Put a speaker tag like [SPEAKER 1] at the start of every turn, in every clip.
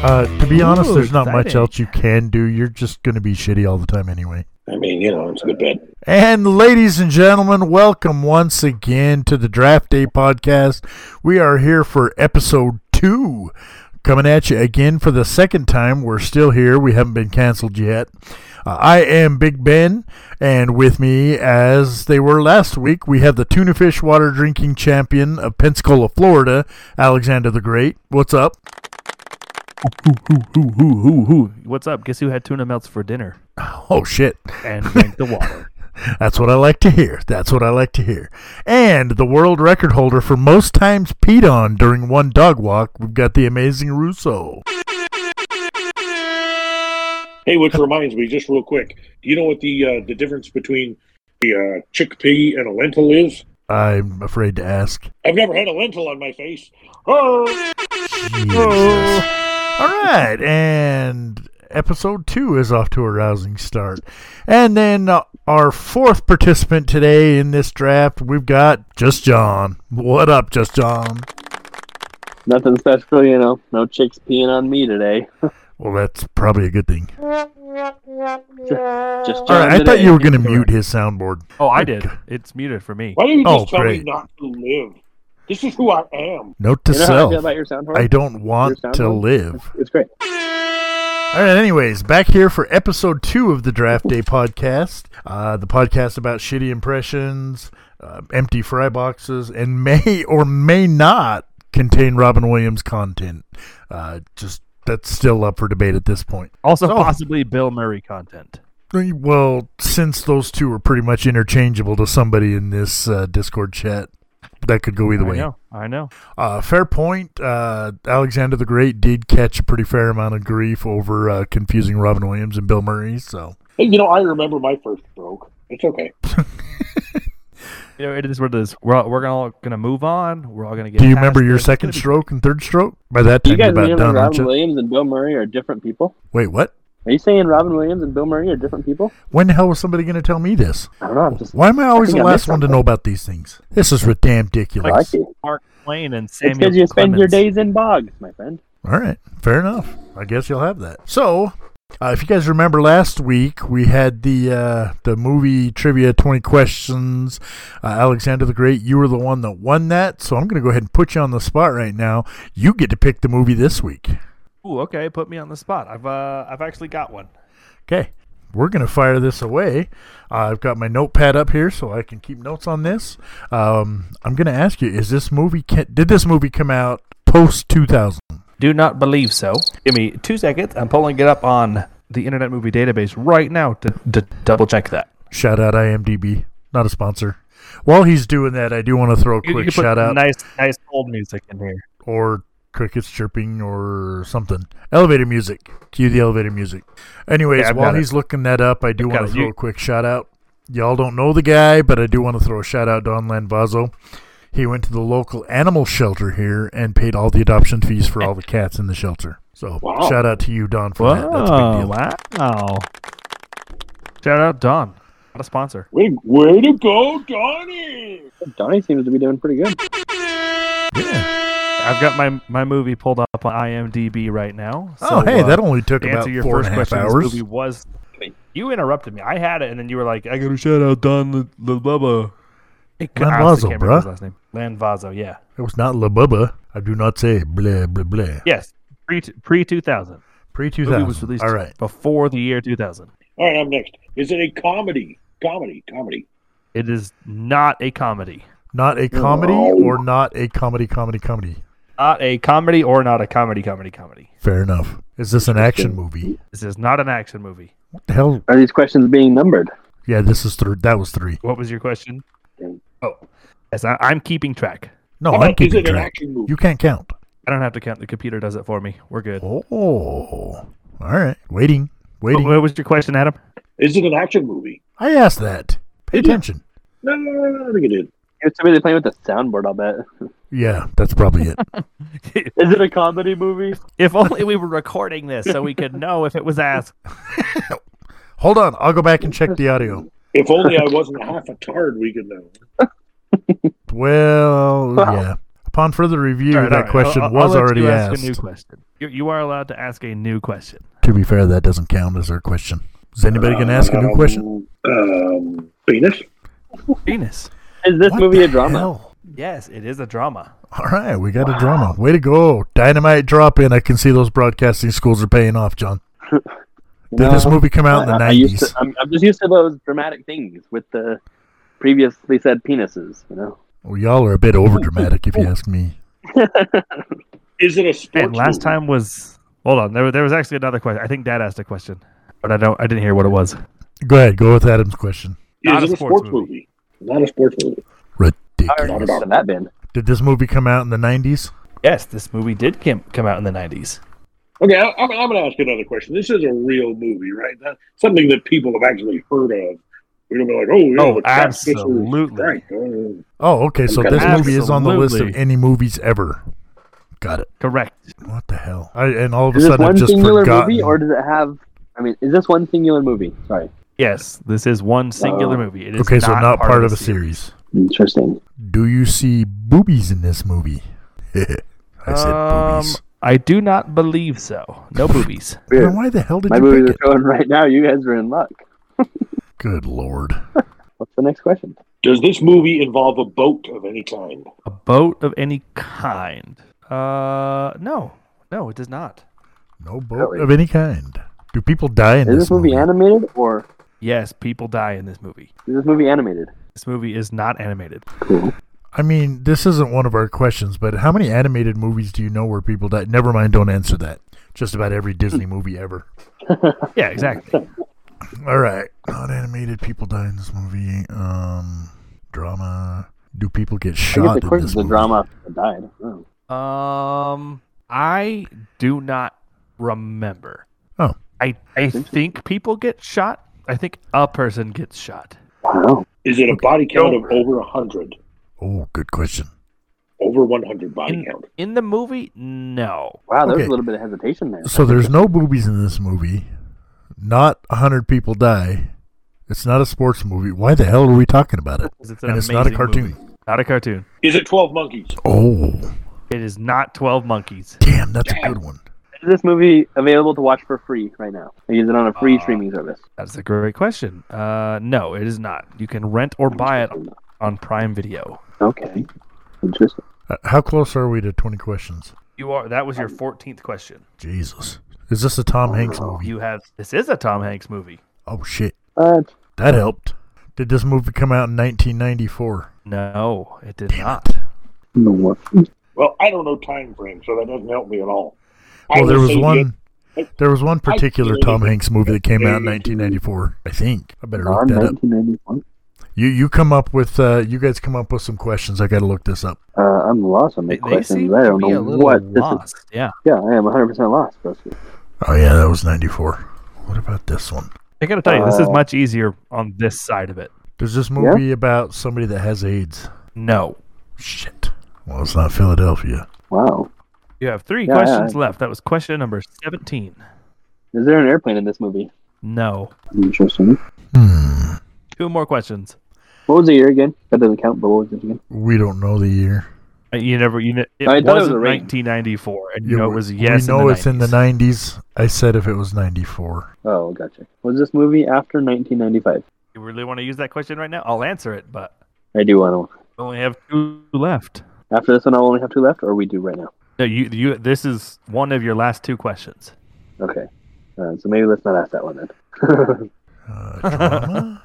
[SPEAKER 1] Uh, to be
[SPEAKER 2] Ooh,
[SPEAKER 1] honest, there's not much
[SPEAKER 2] exciting.
[SPEAKER 1] else you can do. You're just going to be shitty all the time anyway.
[SPEAKER 3] I mean, you know, it's a good bet.
[SPEAKER 1] And ladies and gentlemen, welcome once again to the Draft Day podcast. We are here for episode two, coming at you again for the second time. We're still here. We haven't been canceled yet. Uh, I am Big Ben, and with me, as they were last week, we have the tuna fish water drinking champion of Pensacola, Florida, Alexander the Great. What's up?
[SPEAKER 2] Who, who, who, who? What's up? Guess who had tuna melts for dinner
[SPEAKER 1] Oh shit.
[SPEAKER 2] and drank the water?
[SPEAKER 1] That's what I like to hear. That's what I like to hear. And the world record holder for most times peed on during one dog walk, we've got the amazing Russo.
[SPEAKER 3] Hey, which reminds me, just real quick, do you know what the uh, the difference between the uh, chickpea and a lentil is?
[SPEAKER 1] I'm afraid to ask.
[SPEAKER 3] I've never had a lentil on my face. Oh,
[SPEAKER 1] Jesus. All right, and episode two is off to a rousing start. And then uh, our fourth participant today in this draft, we've got Just John. What up, Just John?
[SPEAKER 4] Nothing special, you know. No chicks peeing on me today.
[SPEAKER 1] Well, that's probably a good thing.
[SPEAKER 4] Just
[SPEAKER 1] All right, I thought
[SPEAKER 4] John today.
[SPEAKER 1] you were going to mute his soundboard.
[SPEAKER 2] Oh, I did. It's muted for me.
[SPEAKER 3] why don't you just
[SPEAKER 1] Oh,
[SPEAKER 3] tell
[SPEAKER 1] great.
[SPEAKER 3] me not to live? This is who I am.
[SPEAKER 1] Note to
[SPEAKER 4] You know how I
[SPEAKER 1] self.
[SPEAKER 4] feel about your sound
[SPEAKER 1] I
[SPEAKER 4] horn?
[SPEAKER 1] don't want
[SPEAKER 4] sound
[SPEAKER 1] to
[SPEAKER 4] on?
[SPEAKER 1] live.
[SPEAKER 4] It's great.
[SPEAKER 1] All right, anyways, back here for episode two of the Draft Day podcast, uh, the podcast about shitty impressions, uh, empty fry boxes, and may or may not contain Robin Williams content. Uh, just that's still up for debate at this point.
[SPEAKER 2] Also,
[SPEAKER 1] So-
[SPEAKER 2] possibly Bill Murray content.
[SPEAKER 1] Well, since those two are pretty much interchangeable to somebody in this uh, Discord chat, that could go either
[SPEAKER 2] I
[SPEAKER 1] way.
[SPEAKER 2] know. I know.
[SPEAKER 1] Uh, fair point. Uh, Alexander the Great did catch a pretty fair amount of grief over uh, confusing Robin Williams and Bill Murray. So
[SPEAKER 3] Hey, you know, I remember my first stroke. It's okay.
[SPEAKER 2] You know, it is what it is. We're all, we're all gonna move on. We're all gonna get.
[SPEAKER 1] do you
[SPEAKER 2] past
[SPEAKER 1] remember your
[SPEAKER 2] this. It's
[SPEAKER 1] second
[SPEAKER 2] gonna be-
[SPEAKER 1] stroke and third stroke? By that
[SPEAKER 4] Do
[SPEAKER 1] time,
[SPEAKER 4] you guys
[SPEAKER 1] you're about
[SPEAKER 4] remember
[SPEAKER 1] done, aren't
[SPEAKER 4] Robin
[SPEAKER 1] you?
[SPEAKER 4] Williams and Bill Murray are different people?
[SPEAKER 1] Wait, what?
[SPEAKER 4] Are you saying Robin Williams and Bill Murray are different people?
[SPEAKER 1] When the hell was somebody going to tell me this?
[SPEAKER 4] I don't know. I'm just
[SPEAKER 1] Why am I always
[SPEAKER 4] think
[SPEAKER 1] the
[SPEAKER 4] I
[SPEAKER 1] last
[SPEAKER 4] missed
[SPEAKER 1] one to
[SPEAKER 4] something.
[SPEAKER 1] know about these things? This is ridiculous.
[SPEAKER 4] like you.
[SPEAKER 2] Mark Twain and Samuel.
[SPEAKER 4] It's because you spend your
[SPEAKER 2] Clemens.
[SPEAKER 4] days in bogs, my friend.
[SPEAKER 1] All right, fair enough. I guess you'll have that. So, uh, if you guys remember last week, we had the uh, the movie trivia twenty questions. Uh, Alexander the Great, you were the one that won that, so I'm going to go ahead and put you on the spot right now. You get to pick the movie this week.
[SPEAKER 2] Ooh, okay. Put me on the spot. I've uh, I've actually got one.
[SPEAKER 1] Okay, we're going to fire this away. Uh, I've got my notepad up here so I can keep notes on this. Um, I'm going to ask you: Is this movie ca- did this movie come out post 2000?
[SPEAKER 2] Do not believe so. Give me two seconds. I'm pulling it up on the Internet Movie Database right now to, to double check that.
[SPEAKER 1] Shout out IMDb, not a sponsor. While he's doing that, I do want to throw a
[SPEAKER 2] You- you
[SPEAKER 1] quick
[SPEAKER 2] can put
[SPEAKER 1] shout out
[SPEAKER 2] Nice, nice old music in here.
[SPEAKER 1] or crickets chirping or something. Elevator music. Cue the elevator music. Anyways,
[SPEAKER 2] Yeah, I've
[SPEAKER 1] while
[SPEAKER 2] got it.
[SPEAKER 1] he's looking that up, I do
[SPEAKER 2] I've got
[SPEAKER 1] want to
[SPEAKER 2] it.
[SPEAKER 1] throw
[SPEAKER 2] You-
[SPEAKER 1] a quick shout out. Y'all don't know the guy, but I do want to throw a shout out to Don Landvazo. He went to the local animal shelter here and paid all the adoption fees for all the cats in the shelter. So
[SPEAKER 3] Wow.
[SPEAKER 1] shout out to you, Don, for that. That's a big deal.
[SPEAKER 2] wow! Shout out Don, not a sponsor.
[SPEAKER 3] Way, way to go, Donnie!
[SPEAKER 4] Donnie seems to be doing pretty good.
[SPEAKER 2] I've got my my movie pulled up on IMDb right now. So,
[SPEAKER 1] oh, hey,
[SPEAKER 2] uh,
[SPEAKER 1] that only took
[SPEAKER 2] to
[SPEAKER 1] about
[SPEAKER 2] answer your
[SPEAKER 1] four and
[SPEAKER 2] first
[SPEAKER 1] a half
[SPEAKER 2] question,
[SPEAKER 1] hours.
[SPEAKER 2] this movie was. You interrupted me. I had it, and then you were like, "I got to shout out Don the the Bubba." It could- I honestly
[SPEAKER 1] Landvazo,
[SPEAKER 2] can't remember his
[SPEAKER 1] bruh.
[SPEAKER 2] last name. Landvazo, yeah,
[SPEAKER 1] It was not La Bubba. I do not say blah, blah, blah.
[SPEAKER 2] yes, pre pre two thousand.
[SPEAKER 1] Pre
[SPEAKER 2] Movie was
[SPEAKER 1] 2000.
[SPEAKER 2] released
[SPEAKER 1] All right.
[SPEAKER 2] before the year two thousand.
[SPEAKER 3] All right, I'm next. Is it a comedy? Comedy, comedy.
[SPEAKER 2] It is not a comedy,
[SPEAKER 1] Not a comedy
[SPEAKER 3] No.
[SPEAKER 2] Oh.
[SPEAKER 1] or not a comedy, comedy, comedy.
[SPEAKER 2] not a comedy, or not a comedy, comedy, comedy.
[SPEAKER 1] Fair enough. Is this an action movie?
[SPEAKER 2] This is not an action movie.
[SPEAKER 1] What the hell?
[SPEAKER 4] Are these questions being numbered?
[SPEAKER 1] Yeah, this is three. That was three.
[SPEAKER 2] What was your question? Oh, yes, I, I'm keeping track.
[SPEAKER 1] No,
[SPEAKER 3] How
[SPEAKER 1] I'm
[SPEAKER 3] about, is
[SPEAKER 1] keeping
[SPEAKER 3] it an
[SPEAKER 1] track.
[SPEAKER 3] action movie?
[SPEAKER 1] You can't count.
[SPEAKER 2] I don't have to count. The computer does it for me. We're good.
[SPEAKER 1] Oh, all right. Waiting,
[SPEAKER 2] Oh, What,
[SPEAKER 1] waiting.
[SPEAKER 2] what was your question, Adam?
[SPEAKER 3] Is it an action movie?
[SPEAKER 1] I asked that. Pay
[SPEAKER 3] Yeah.
[SPEAKER 1] attention.
[SPEAKER 3] No, no, no, no, I don't think it is.
[SPEAKER 4] It's somebody playing with a soundboard, I'll bet.
[SPEAKER 1] Yeah, that's probably it.
[SPEAKER 4] Is it a comedy movie?
[SPEAKER 2] if only we were recording this so we could know if it was asked.
[SPEAKER 1] Hold on, I'll go back and check the audio.
[SPEAKER 3] If only I wasn't half a tard, we could know.
[SPEAKER 1] Well,
[SPEAKER 4] Wow.
[SPEAKER 1] yeah. Upon further review,
[SPEAKER 2] All right, all
[SPEAKER 1] that
[SPEAKER 2] right.
[SPEAKER 1] question
[SPEAKER 2] I'll- I'll
[SPEAKER 1] was
[SPEAKER 2] let
[SPEAKER 1] already
[SPEAKER 2] you
[SPEAKER 1] asked.
[SPEAKER 2] Ask a new question. You, you are allowed to ask a new question.
[SPEAKER 1] To be fair, that doesn't count as a question. Is anybody going to ask a new question?
[SPEAKER 3] Um, penis.
[SPEAKER 2] Venus.
[SPEAKER 4] Is this
[SPEAKER 1] What
[SPEAKER 4] movie a
[SPEAKER 1] the
[SPEAKER 4] drama?
[SPEAKER 1] hell?
[SPEAKER 2] Yes, it is a drama.
[SPEAKER 1] All right, we got a drama. Way to go. Dynamite drop in. I can see those broadcasting schools are paying off, John. Did this
[SPEAKER 4] No.
[SPEAKER 1] movie come out in the
[SPEAKER 4] I- I,
[SPEAKER 1] 90s?
[SPEAKER 4] used to, I'm, I'm just used to those dramatic things with the previously said penises, you know?
[SPEAKER 1] Well, y'all are a bit overdramatic, if you ask me.
[SPEAKER 3] Is it a sports?
[SPEAKER 2] And last
[SPEAKER 3] movie?
[SPEAKER 2] time was hold on. There, there was actually another question. I think Dad asked a question, but I don't. I didn't hear what it was.
[SPEAKER 1] Go ahead, go with Adam's question.
[SPEAKER 2] not
[SPEAKER 3] is
[SPEAKER 2] a
[SPEAKER 3] it a
[SPEAKER 2] sports
[SPEAKER 3] sports, movie? Not a sports movie.
[SPEAKER 1] Ridiculous.
[SPEAKER 4] Not about that band.
[SPEAKER 1] Did this movie come out in the 90s?
[SPEAKER 2] Yes, this movie did come come out in the nineties.
[SPEAKER 3] Okay, I, I'm, I'm going to ask another question. This is a real movie, right? That, something that people have actually heard of. We're going to be like, oh, yeah,
[SPEAKER 2] Oh,
[SPEAKER 3] but that's- this is
[SPEAKER 2] absolutely.
[SPEAKER 3] Right. Oh,
[SPEAKER 1] Oh, okay, so
[SPEAKER 3] Okay.
[SPEAKER 1] this movie is on the list of
[SPEAKER 2] Absolutely.
[SPEAKER 1] any movies ever. Got it.
[SPEAKER 2] Correct.
[SPEAKER 1] What the hell? I, and all of a
[SPEAKER 4] Is this
[SPEAKER 1] sudden,
[SPEAKER 4] one
[SPEAKER 1] I've just
[SPEAKER 4] singular
[SPEAKER 1] forgotten.
[SPEAKER 4] movie, or does it have? I mean, is this one singular movie? Sorry,
[SPEAKER 2] Yes, this is one singular
[SPEAKER 4] Oh.
[SPEAKER 2] movie. It is
[SPEAKER 1] okay, so not, part, of a
[SPEAKER 2] the
[SPEAKER 1] series.
[SPEAKER 4] interesting.
[SPEAKER 1] Do you see boobies in this movie? I said
[SPEAKER 2] Um,
[SPEAKER 1] boobies.
[SPEAKER 2] I do not believe so. No boobies.
[SPEAKER 1] Then why the hell did
[SPEAKER 4] My
[SPEAKER 1] you pick it?
[SPEAKER 4] movies are showing right now. You guys are in luck.
[SPEAKER 1] Good lord.
[SPEAKER 4] What's the next question?
[SPEAKER 3] Does this movie involve a boat of any kind?
[SPEAKER 2] A boat of any kind? Uh, no, no, it does not.
[SPEAKER 1] No boat
[SPEAKER 4] Really?
[SPEAKER 1] of any kind. Do people die in
[SPEAKER 4] Is this movie animated or
[SPEAKER 2] Yes, people die in this movie.
[SPEAKER 4] is this movie animated?
[SPEAKER 2] This movie is not animated.
[SPEAKER 4] Cool.
[SPEAKER 1] I mean, this isn't one of our questions, but how many animated movies do you know where people die? Never mind, don't answer that. Just about every Disney movie ever.
[SPEAKER 2] Yeah, exactly.
[SPEAKER 1] All right. Not animated people die in this movie. Um, drama. Do people get
[SPEAKER 4] I guess
[SPEAKER 1] shot
[SPEAKER 4] of
[SPEAKER 1] in
[SPEAKER 4] course
[SPEAKER 1] this
[SPEAKER 4] the
[SPEAKER 1] movie?
[SPEAKER 4] drama died. Oh.
[SPEAKER 2] um, I do not remember.
[SPEAKER 1] Oh.
[SPEAKER 2] I I think people get shot. I think a person gets shot.
[SPEAKER 4] Wow.
[SPEAKER 3] Is it a body count of
[SPEAKER 2] Nope.
[SPEAKER 3] over 100?
[SPEAKER 1] Oh, good question.
[SPEAKER 3] Over 100 body
[SPEAKER 2] In,
[SPEAKER 3] count.
[SPEAKER 2] in the movie, no.
[SPEAKER 4] Wow, there's
[SPEAKER 1] Okay.
[SPEAKER 4] a little bit of hesitation there.
[SPEAKER 1] So there's no boobies in this movie. Not a hundred people die. It's not a sports movie. Why the hell are we talking about it?
[SPEAKER 2] 'Cause It's an
[SPEAKER 1] And it's not a
[SPEAKER 2] amazing
[SPEAKER 1] cartoon.
[SPEAKER 2] movie. Not a cartoon.
[SPEAKER 3] Is it 12 Monkeys?
[SPEAKER 1] Oh,
[SPEAKER 2] It is not Twelve Monkeys.
[SPEAKER 1] damn, that's a good one.
[SPEAKER 4] Is this movie available to watch for free right now? Or is it on a free
[SPEAKER 2] Uh,
[SPEAKER 4] streaming service?
[SPEAKER 2] That's a great question. Uh, no, it is not. You can rent or buy it on Prime Video.
[SPEAKER 4] Okay. Interesting.
[SPEAKER 1] Uh, How close are we to 20 questions?
[SPEAKER 2] You are. That was your fourteenth question.
[SPEAKER 1] Jesus. Is this a Tom Hanks movie?
[SPEAKER 2] You have. This is a Tom Hanks movie.
[SPEAKER 1] Oh, shit.
[SPEAKER 4] Uh,
[SPEAKER 1] That helped. Did this movie come out in 1994?
[SPEAKER 2] No, it did not.
[SPEAKER 4] no more.
[SPEAKER 3] Well, I don't know time frame, so that doesn't help me at all. I
[SPEAKER 1] Well, there
[SPEAKER 3] would
[SPEAKER 1] was
[SPEAKER 3] say
[SPEAKER 1] one.
[SPEAKER 3] I-
[SPEAKER 1] There was one particular
[SPEAKER 3] I-
[SPEAKER 1] Tom Hanks movie that came out in
[SPEAKER 3] Yeah.
[SPEAKER 1] 1994. I think. I better
[SPEAKER 4] Non
[SPEAKER 1] look that up.
[SPEAKER 4] 1991.
[SPEAKER 1] You you come up with uh, you guys come up with some questions. I got to look this up.
[SPEAKER 4] Uh, I'm lost on the
[SPEAKER 2] They, they
[SPEAKER 4] questions.
[SPEAKER 2] seem
[SPEAKER 4] I
[SPEAKER 2] to
[SPEAKER 4] don't
[SPEAKER 2] be
[SPEAKER 4] know
[SPEAKER 2] a little
[SPEAKER 4] what this is.
[SPEAKER 2] lost. Yeah,
[SPEAKER 4] Yeah, I am 100% lost, Buster.
[SPEAKER 1] Oh yeah, that was 94. What about this one?
[SPEAKER 2] I gotta tell you, this is
[SPEAKER 4] Uh,
[SPEAKER 2] much easier on this side of it.
[SPEAKER 1] Does this
[SPEAKER 4] Yeah.
[SPEAKER 1] movie about somebody that has AIDS?
[SPEAKER 2] No,
[SPEAKER 1] Shit. Well, it's not Philadelphia.
[SPEAKER 4] Wow.
[SPEAKER 2] you have three
[SPEAKER 4] Yeah,
[SPEAKER 2] questions
[SPEAKER 4] yeah.
[SPEAKER 2] left. That was question number seventeen.
[SPEAKER 4] Is there an airplane in this movie?
[SPEAKER 2] No,
[SPEAKER 4] Interesting.
[SPEAKER 1] Hmm.
[SPEAKER 2] two more questions.
[SPEAKER 4] What was the year again? That doesn't count, but what was it again?
[SPEAKER 1] We don't know the year.
[SPEAKER 2] Uh, You never. You ne- it
[SPEAKER 4] I thought it was
[SPEAKER 2] wasn't
[SPEAKER 4] a range.
[SPEAKER 2] 1994, and
[SPEAKER 1] Yeah,
[SPEAKER 2] you know it
[SPEAKER 1] we-
[SPEAKER 2] was yes.
[SPEAKER 1] We know
[SPEAKER 2] in the
[SPEAKER 1] it's in the
[SPEAKER 2] 90s.
[SPEAKER 1] 90s. I said if it was 94.
[SPEAKER 4] Oh, gotcha. Was this movie after 1995?
[SPEAKER 2] You really want to use that question right now? I'll answer it, but
[SPEAKER 4] I do want
[SPEAKER 2] we only have two left.
[SPEAKER 4] to. After this one, I'll only have two left, or we do right now.
[SPEAKER 2] No, you. You. This is one of your last two questions.
[SPEAKER 4] Okay. Uh, so maybe let's not ask that one then.
[SPEAKER 1] Uh, drama?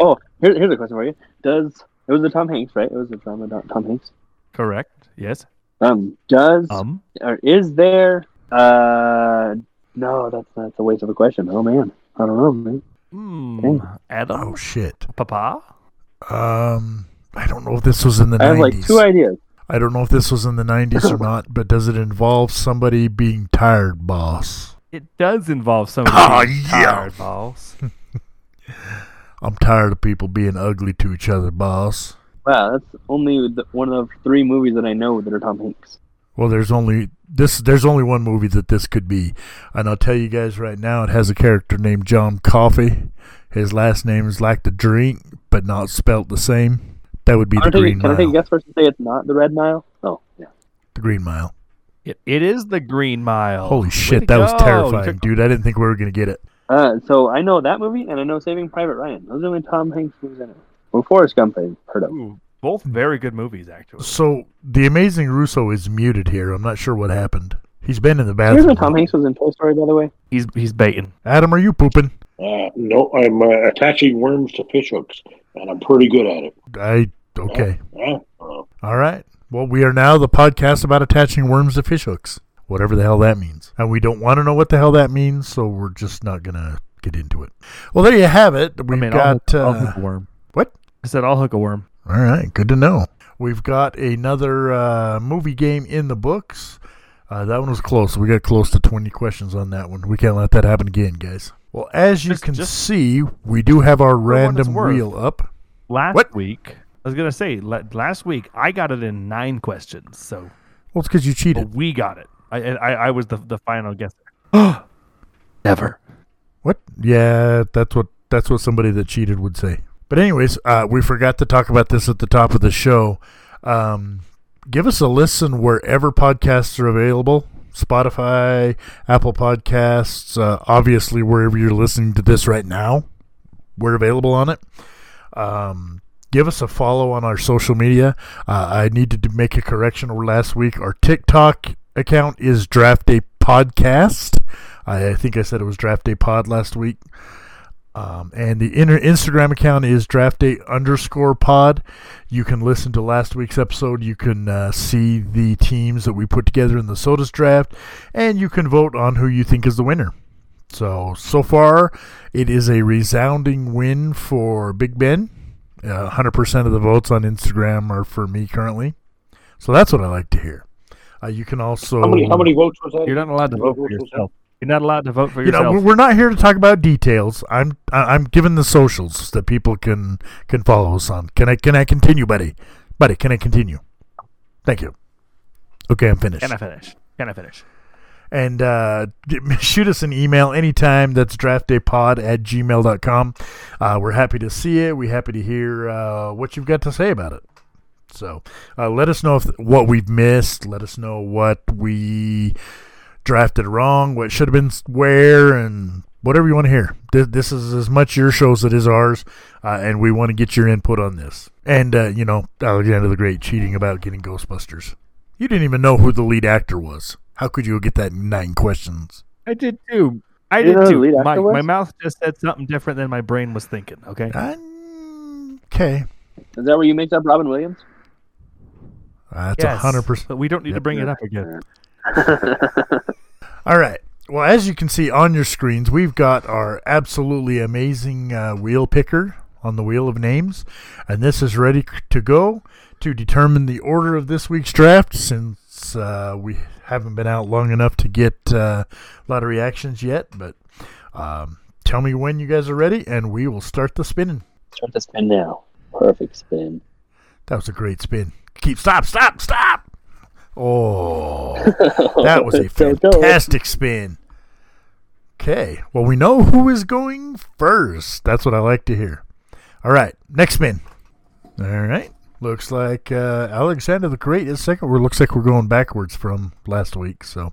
[SPEAKER 4] oh, here, here's a question for you. Does it was a Tom Hanks, right? It was a drama about Tom Hanks.
[SPEAKER 2] Correct. Yes.
[SPEAKER 4] Um, does
[SPEAKER 2] Um.
[SPEAKER 4] or is there? Uh, no, that's that's a waste of a question. Oh man, I don't know, man.
[SPEAKER 2] Hmm.
[SPEAKER 1] oh,
[SPEAKER 2] Adam.
[SPEAKER 1] shit.
[SPEAKER 2] Papa.
[SPEAKER 1] Um, I don't know if this was in the
[SPEAKER 4] I
[SPEAKER 1] 90s.
[SPEAKER 4] have like two ideas.
[SPEAKER 1] I don't know if this was in the 90s or not, but does it involve somebody being tired, boss?
[SPEAKER 2] It does involve some of
[SPEAKER 1] Ah,
[SPEAKER 2] the
[SPEAKER 1] yeah.
[SPEAKER 2] tired balls.
[SPEAKER 1] I'm tired of people being ugly to each other, boss.
[SPEAKER 4] Wow, that's only the, one of three movies that I know that are Tom Hanks.
[SPEAKER 1] Well, there's only this. There's only one movie that this could be, and I'll tell you guys right now. It has a character named John Coffee. His last name is like the drink, but not spelt the same. That would be
[SPEAKER 4] Can I
[SPEAKER 1] the
[SPEAKER 4] take,
[SPEAKER 1] Green
[SPEAKER 4] can I take a
[SPEAKER 1] Mile.
[SPEAKER 4] guess first and say it's not the Red Nile? Oh, yeah.
[SPEAKER 1] The Green Mile.
[SPEAKER 2] It, it is the Green Mile.
[SPEAKER 1] Holy
[SPEAKER 2] Way to
[SPEAKER 1] shit, that was
[SPEAKER 2] go. You
[SPEAKER 1] terrifying,
[SPEAKER 2] took-
[SPEAKER 1] dude. I didn't think we were gonna get it.
[SPEAKER 4] Uh, so I know that movie, and I know Saving Private Ryan. Those are the only Tom Hanks movies I know. Well, Forrest Gump I've heard of.
[SPEAKER 2] Ooh, both very good movies, actually.
[SPEAKER 1] So the amazing Russo is muted here. I'm not sure what happened. He's been in the
[SPEAKER 4] You know
[SPEAKER 1] bathroom.
[SPEAKER 4] Tom Hanks was in Toy Story, by the way?
[SPEAKER 2] He's he's baiting.
[SPEAKER 1] Adam, are you pooping?
[SPEAKER 3] Uh, no, I'm uh, attaching worms to fish hooks, and I'm pretty good at it.
[SPEAKER 1] I okay.
[SPEAKER 3] Yeah. Uh,
[SPEAKER 1] All right. Well, we are now the podcast about attaching worms to fishhooks, whatever the hell that means. And we don't want to know what the hell that means, so we're just not gonna get into it. Well, there you have it. We've
[SPEAKER 2] I mean, I'll,
[SPEAKER 1] got
[SPEAKER 2] hook, I'll
[SPEAKER 1] uh,
[SPEAKER 2] hook a worm.
[SPEAKER 1] what?
[SPEAKER 2] I said I'll hook a worm.
[SPEAKER 1] All right, good to know. We've got another uh, movie game in the books. Uh, that one was close. We got close to 20 questions on that one. We can't let that happen again, guys. Well, as you
[SPEAKER 2] Just-
[SPEAKER 1] can
[SPEAKER 2] just-
[SPEAKER 1] see, we do have our
[SPEAKER 2] what it's
[SPEAKER 1] random
[SPEAKER 2] worth.
[SPEAKER 1] wheel up.
[SPEAKER 2] Last
[SPEAKER 1] What?
[SPEAKER 2] week, I was gonna say la- last week I got it in nine questions, so
[SPEAKER 1] Well, it's because you
[SPEAKER 2] but
[SPEAKER 1] cheated.
[SPEAKER 2] we got it. I and I, I was the the final guess. Never.
[SPEAKER 1] What? Yeah, that's what that's what somebody that cheated would say. But anyways, uh, we forgot to talk about this at the top of the show. Um, give us a listen wherever podcasts are available. Spotify, Apple Podcasts, uh, obviously wherever you're listening to this right now, we're available on it. Um, give us a follow on our social media. Uh, I needed to make a correction over last week. Our TikTok account is Draft Day Podcast. I, I think I said it was Draft Day Pod last week. Um, and the inner Instagram account is Draft Day underscore Pod. You can listen to last week's episode. You can uh, see the teams that we put together in the Sodas Draft, and you can vote on who you think is the winner. So so far, it is a resounding win for Big Ben. Uh, 100% of the votes on Instagram are for me currently. So that's what I like to hear. Uh, you can also
[SPEAKER 3] how
[SPEAKER 4] Mm.
[SPEAKER 3] many? How many votes was that?
[SPEAKER 2] You're not allowed to vote for yourself. You're not allowed to vote for
[SPEAKER 1] you know,
[SPEAKER 2] yourself.
[SPEAKER 1] we're- we're not here to talk about details. I'm I- I'm giving the socials that people can can follow us on. Can I can I continue, buddy? Buddy, can I continue? Thank you. Okay, I'm finished.
[SPEAKER 2] Can I finish? Can I finish?
[SPEAKER 1] and uh, get- shoot us an email anytime. That's draftdaypod at gmail.com. Uh, we're happy to see it. We're happy to hear uh, what you've got to say about it. So uh, let us know if, what we've missed. Let us know what we drafted wrong, what should have been s- where, and whatever you want to hear. This, this is as much your show as it is ours, uh, and we want to get your input on this. And, uh, you know, Alexander the Great cheating about getting Ghostbusters. You didn't even know who the lead actor was. How could you get that in nine questions?
[SPEAKER 2] I did too. I
[SPEAKER 4] You know
[SPEAKER 2] did
[SPEAKER 4] the
[SPEAKER 2] too.
[SPEAKER 4] lead
[SPEAKER 2] My,
[SPEAKER 4] actor
[SPEAKER 2] my
[SPEAKER 4] was?
[SPEAKER 2] mouth just said something different than my brain was thinking. Okay.
[SPEAKER 1] Okay,
[SPEAKER 4] Is that where you mixed up Robin Williams?
[SPEAKER 1] that's a
[SPEAKER 2] Yes,
[SPEAKER 1] hundred percent.
[SPEAKER 2] But we don't need to
[SPEAKER 1] Yep.
[SPEAKER 2] bring it up again.
[SPEAKER 1] All right. Well, as you can see on your screens, we've got our absolutely amazing uh, wheel picker on the wheel of names, and this is ready c- to go to determine the order of this week's draft. Since uh, we haven't been out long enough to get uh, a lot of reactions yet, but um, tell me when you guys are ready, and we will start the spinning.
[SPEAKER 4] Start the spin now. Perfect spin.
[SPEAKER 1] That was a great spin. Keep stop, stop, stop. Oh, that was a
[SPEAKER 4] So go.
[SPEAKER 1] fantastic spin. Okay, well we know who is going first. That's what I like to hear. All right, next spin. All right, looks like uh, Alexander the Great is second. Well, looks like we're going backwards from last week. So,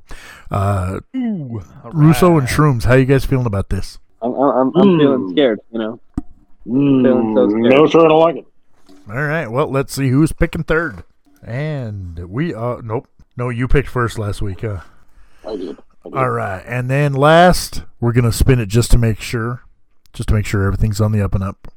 [SPEAKER 1] uh,
[SPEAKER 2] Ooh,
[SPEAKER 1] Russo and Shrooms, how you guys feeling about this?
[SPEAKER 4] I'm, I'm, I'm, I'm
[SPEAKER 3] Hmm.
[SPEAKER 4] feeling scared, you know. Feeling so
[SPEAKER 3] Mm,
[SPEAKER 4] scared.
[SPEAKER 3] no, sir, I don't like it.
[SPEAKER 1] All right, well let's see who's picking third. And we uh nope, no you picked first last week, huh?
[SPEAKER 3] I did. I did.
[SPEAKER 1] All right, and then last, we're gonna spin it just to make sure, just to make sure everything's on the up and up.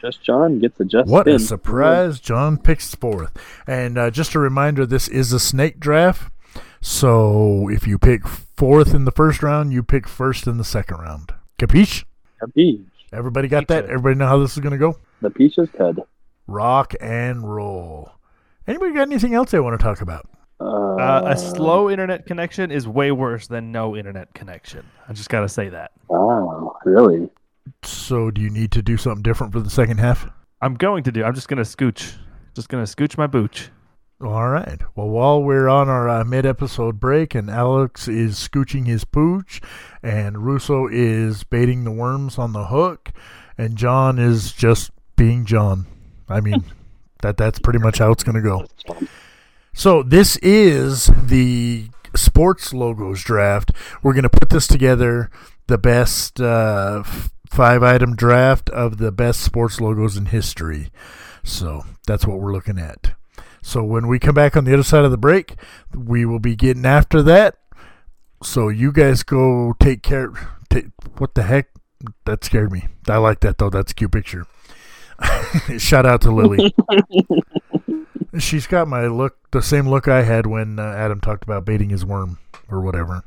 [SPEAKER 4] Just John gets a just
[SPEAKER 1] What
[SPEAKER 4] spin.
[SPEAKER 1] a surprise! John picks fourth, and uh, just a reminder: this is a snake draft. So if you pick fourth in the first round, you pick first in the second round. Capiche?
[SPEAKER 4] The peach.
[SPEAKER 1] Everybody got that?
[SPEAKER 2] Capiche.
[SPEAKER 1] Everybody know how this is gonna go?
[SPEAKER 4] The peach is good.
[SPEAKER 1] Rock and roll. Anybody got anything else they want to talk about?
[SPEAKER 4] Uh,
[SPEAKER 2] Uh, a slow internet connection is way worse than no internet connection. I just gotta say that.
[SPEAKER 4] Wow, really?
[SPEAKER 1] So do you need to do something different for the second half?
[SPEAKER 2] I'm going to do. I'm just gonna scooch. Just gonna scooch my booch.
[SPEAKER 1] All right. Well, while we're on our uh, mid-episode break, and Alex is scooching his pooch, and Russo is baiting the worms on the hook, and John is just being John. I mean, that that's pretty much how it's going to go. So this is the sports logos draft. We're going to put this together, the best uh, five item draft of the best sports logos in history. So that's what we're looking at. So when we come back on the other side of the break, we will be getting after that. So you guys go take care. Take, what the heck? That scared me. I like that though. That's a cute picture. Shout out to Lily. She's got my look, the same look I had when uh, Adam talked about baiting his worm or whatever.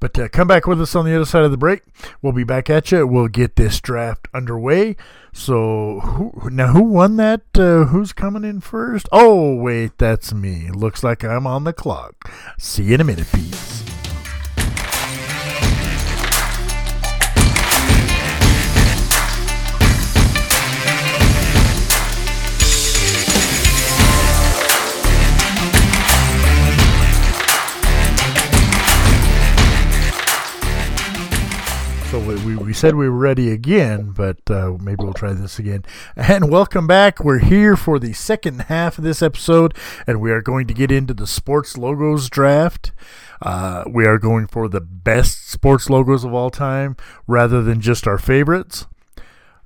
[SPEAKER 1] But uh, come back with us on the other side of the break. We'll be back at you. We'll get this draft underway. So who, now, who won that? Uh, who's coming in first? Oh, wait, that's me. Looks like I'm on the clock. See you in a minute, peeps. So we, we, we said we were ready again, but uh, maybe we'll try this again. And welcome back. We're here for the second half of this episode, and we are going to get into the sports logos draft. Uh, we are going for the best sports logos of all time rather than just our favorites.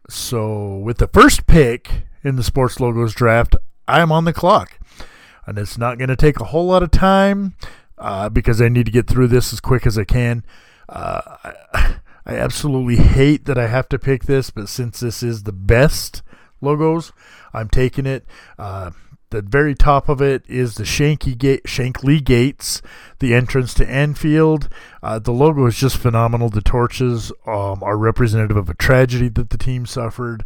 [SPEAKER 1] So, with the first pick in the sports logos draft, I'm on the clock. And it's not going to take a whole lot of time uh, because I need to get through this as quick as I can. Uh, I- I absolutely hate that I have to pick this, but since this is the best logos, I'm taking it. Uh, the very top of it is the Shanky Gate, Shankly Gates, the entrance to Anfield. Uh, the logo is just phenomenal. The torches um, are representative of a tragedy that the team suffered.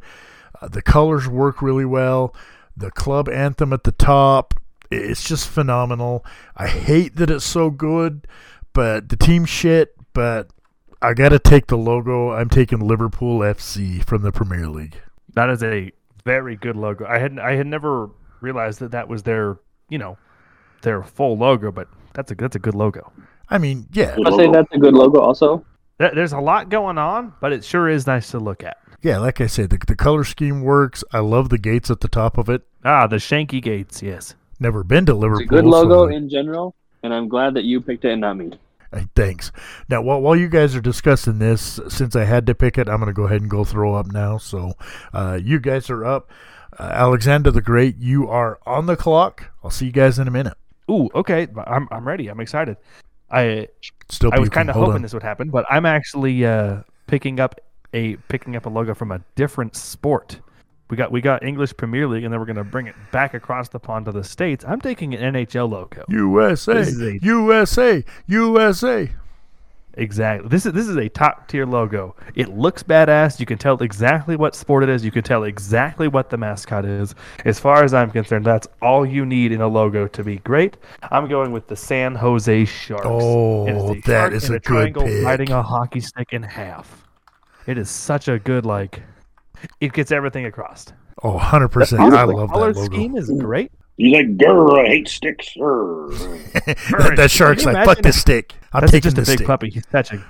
[SPEAKER 1] Uh, the colors work really well. The club anthem at the top, it's just phenomenal. I hate that it's so good, but the team shit, but I gotta take the logo. I'm taking Liverpool FC from the Premier League.
[SPEAKER 2] That is a very good logo. I had I had never realized that that was their you know their full logo, but that's a that's a good logo.
[SPEAKER 1] I mean, yeah,
[SPEAKER 4] I'll say that's a good logo also.
[SPEAKER 2] There- There's a lot going on, but it sure is nice to look at.
[SPEAKER 1] yeah. Like I said, the, the color scheme works. I love the gates at the top of it.
[SPEAKER 2] Ah, the Shanky Gates. Yes,
[SPEAKER 1] Never been to
[SPEAKER 4] It's
[SPEAKER 1] Liverpool.
[SPEAKER 4] a good
[SPEAKER 1] so-
[SPEAKER 4] logo in general, and I'm glad that you picked it and not me.
[SPEAKER 1] Hey, thanks. Now, while, while you guys are discussing this, since I had to pick it, I'm going to go ahead and go throw up now. So, uh, you guys are up. Uh, Alexander the Great, you are on the clock. I'll see you guys in a minute.
[SPEAKER 2] Ooh, okay. I'm I'm ready. I'm excited. I
[SPEAKER 1] Still,
[SPEAKER 2] I was
[SPEAKER 1] puking.
[SPEAKER 2] kind of
[SPEAKER 1] Hold
[SPEAKER 2] hoping
[SPEAKER 1] on.
[SPEAKER 2] this would happen, but I'm actually uh, picking up a picking up a logo from a different sport. We got we got English Premier League, and then we're gonna bring it back across the pond to the states. I'm taking an NHL logo.
[SPEAKER 1] USA,
[SPEAKER 2] This is a-
[SPEAKER 1] USA, USA.
[SPEAKER 2] Exactly. This is this is a top tier logo. It looks badass. You can tell exactly what sport it is. You can tell exactly what the mascot is. As far as I'm concerned, that's all you need in a logo to be great. I'm going with the San Jose Sharks.
[SPEAKER 1] Oh,
[SPEAKER 2] It a
[SPEAKER 1] that
[SPEAKER 2] shark
[SPEAKER 1] is
[SPEAKER 2] in
[SPEAKER 1] a good
[SPEAKER 2] triangle
[SPEAKER 1] pick.
[SPEAKER 2] Riding a hockey stick in half. It is such a good like. It gets everything across.
[SPEAKER 1] Oh, 100%. I
[SPEAKER 2] Honestly,
[SPEAKER 1] love that
[SPEAKER 2] color
[SPEAKER 1] logo.
[SPEAKER 2] scheme is great.
[SPEAKER 3] He's like, grr, I hate sticks. Grr.
[SPEAKER 1] that, that shark's
[SPEAKER 2] Can you
[SPEAKER 1] like, fuck
[SPEAKER 2] imagine
[SPEAKER 1] this stick. I'm
[SPEAKER 2] That's
[SPEAKER 1] taking
[SPEAKER 2] just a
[SPEAKER 1] this
[SPEAKER 2] big
[SPEAKER 1] stick.
[SPEAKER 2] puppy. He's touching.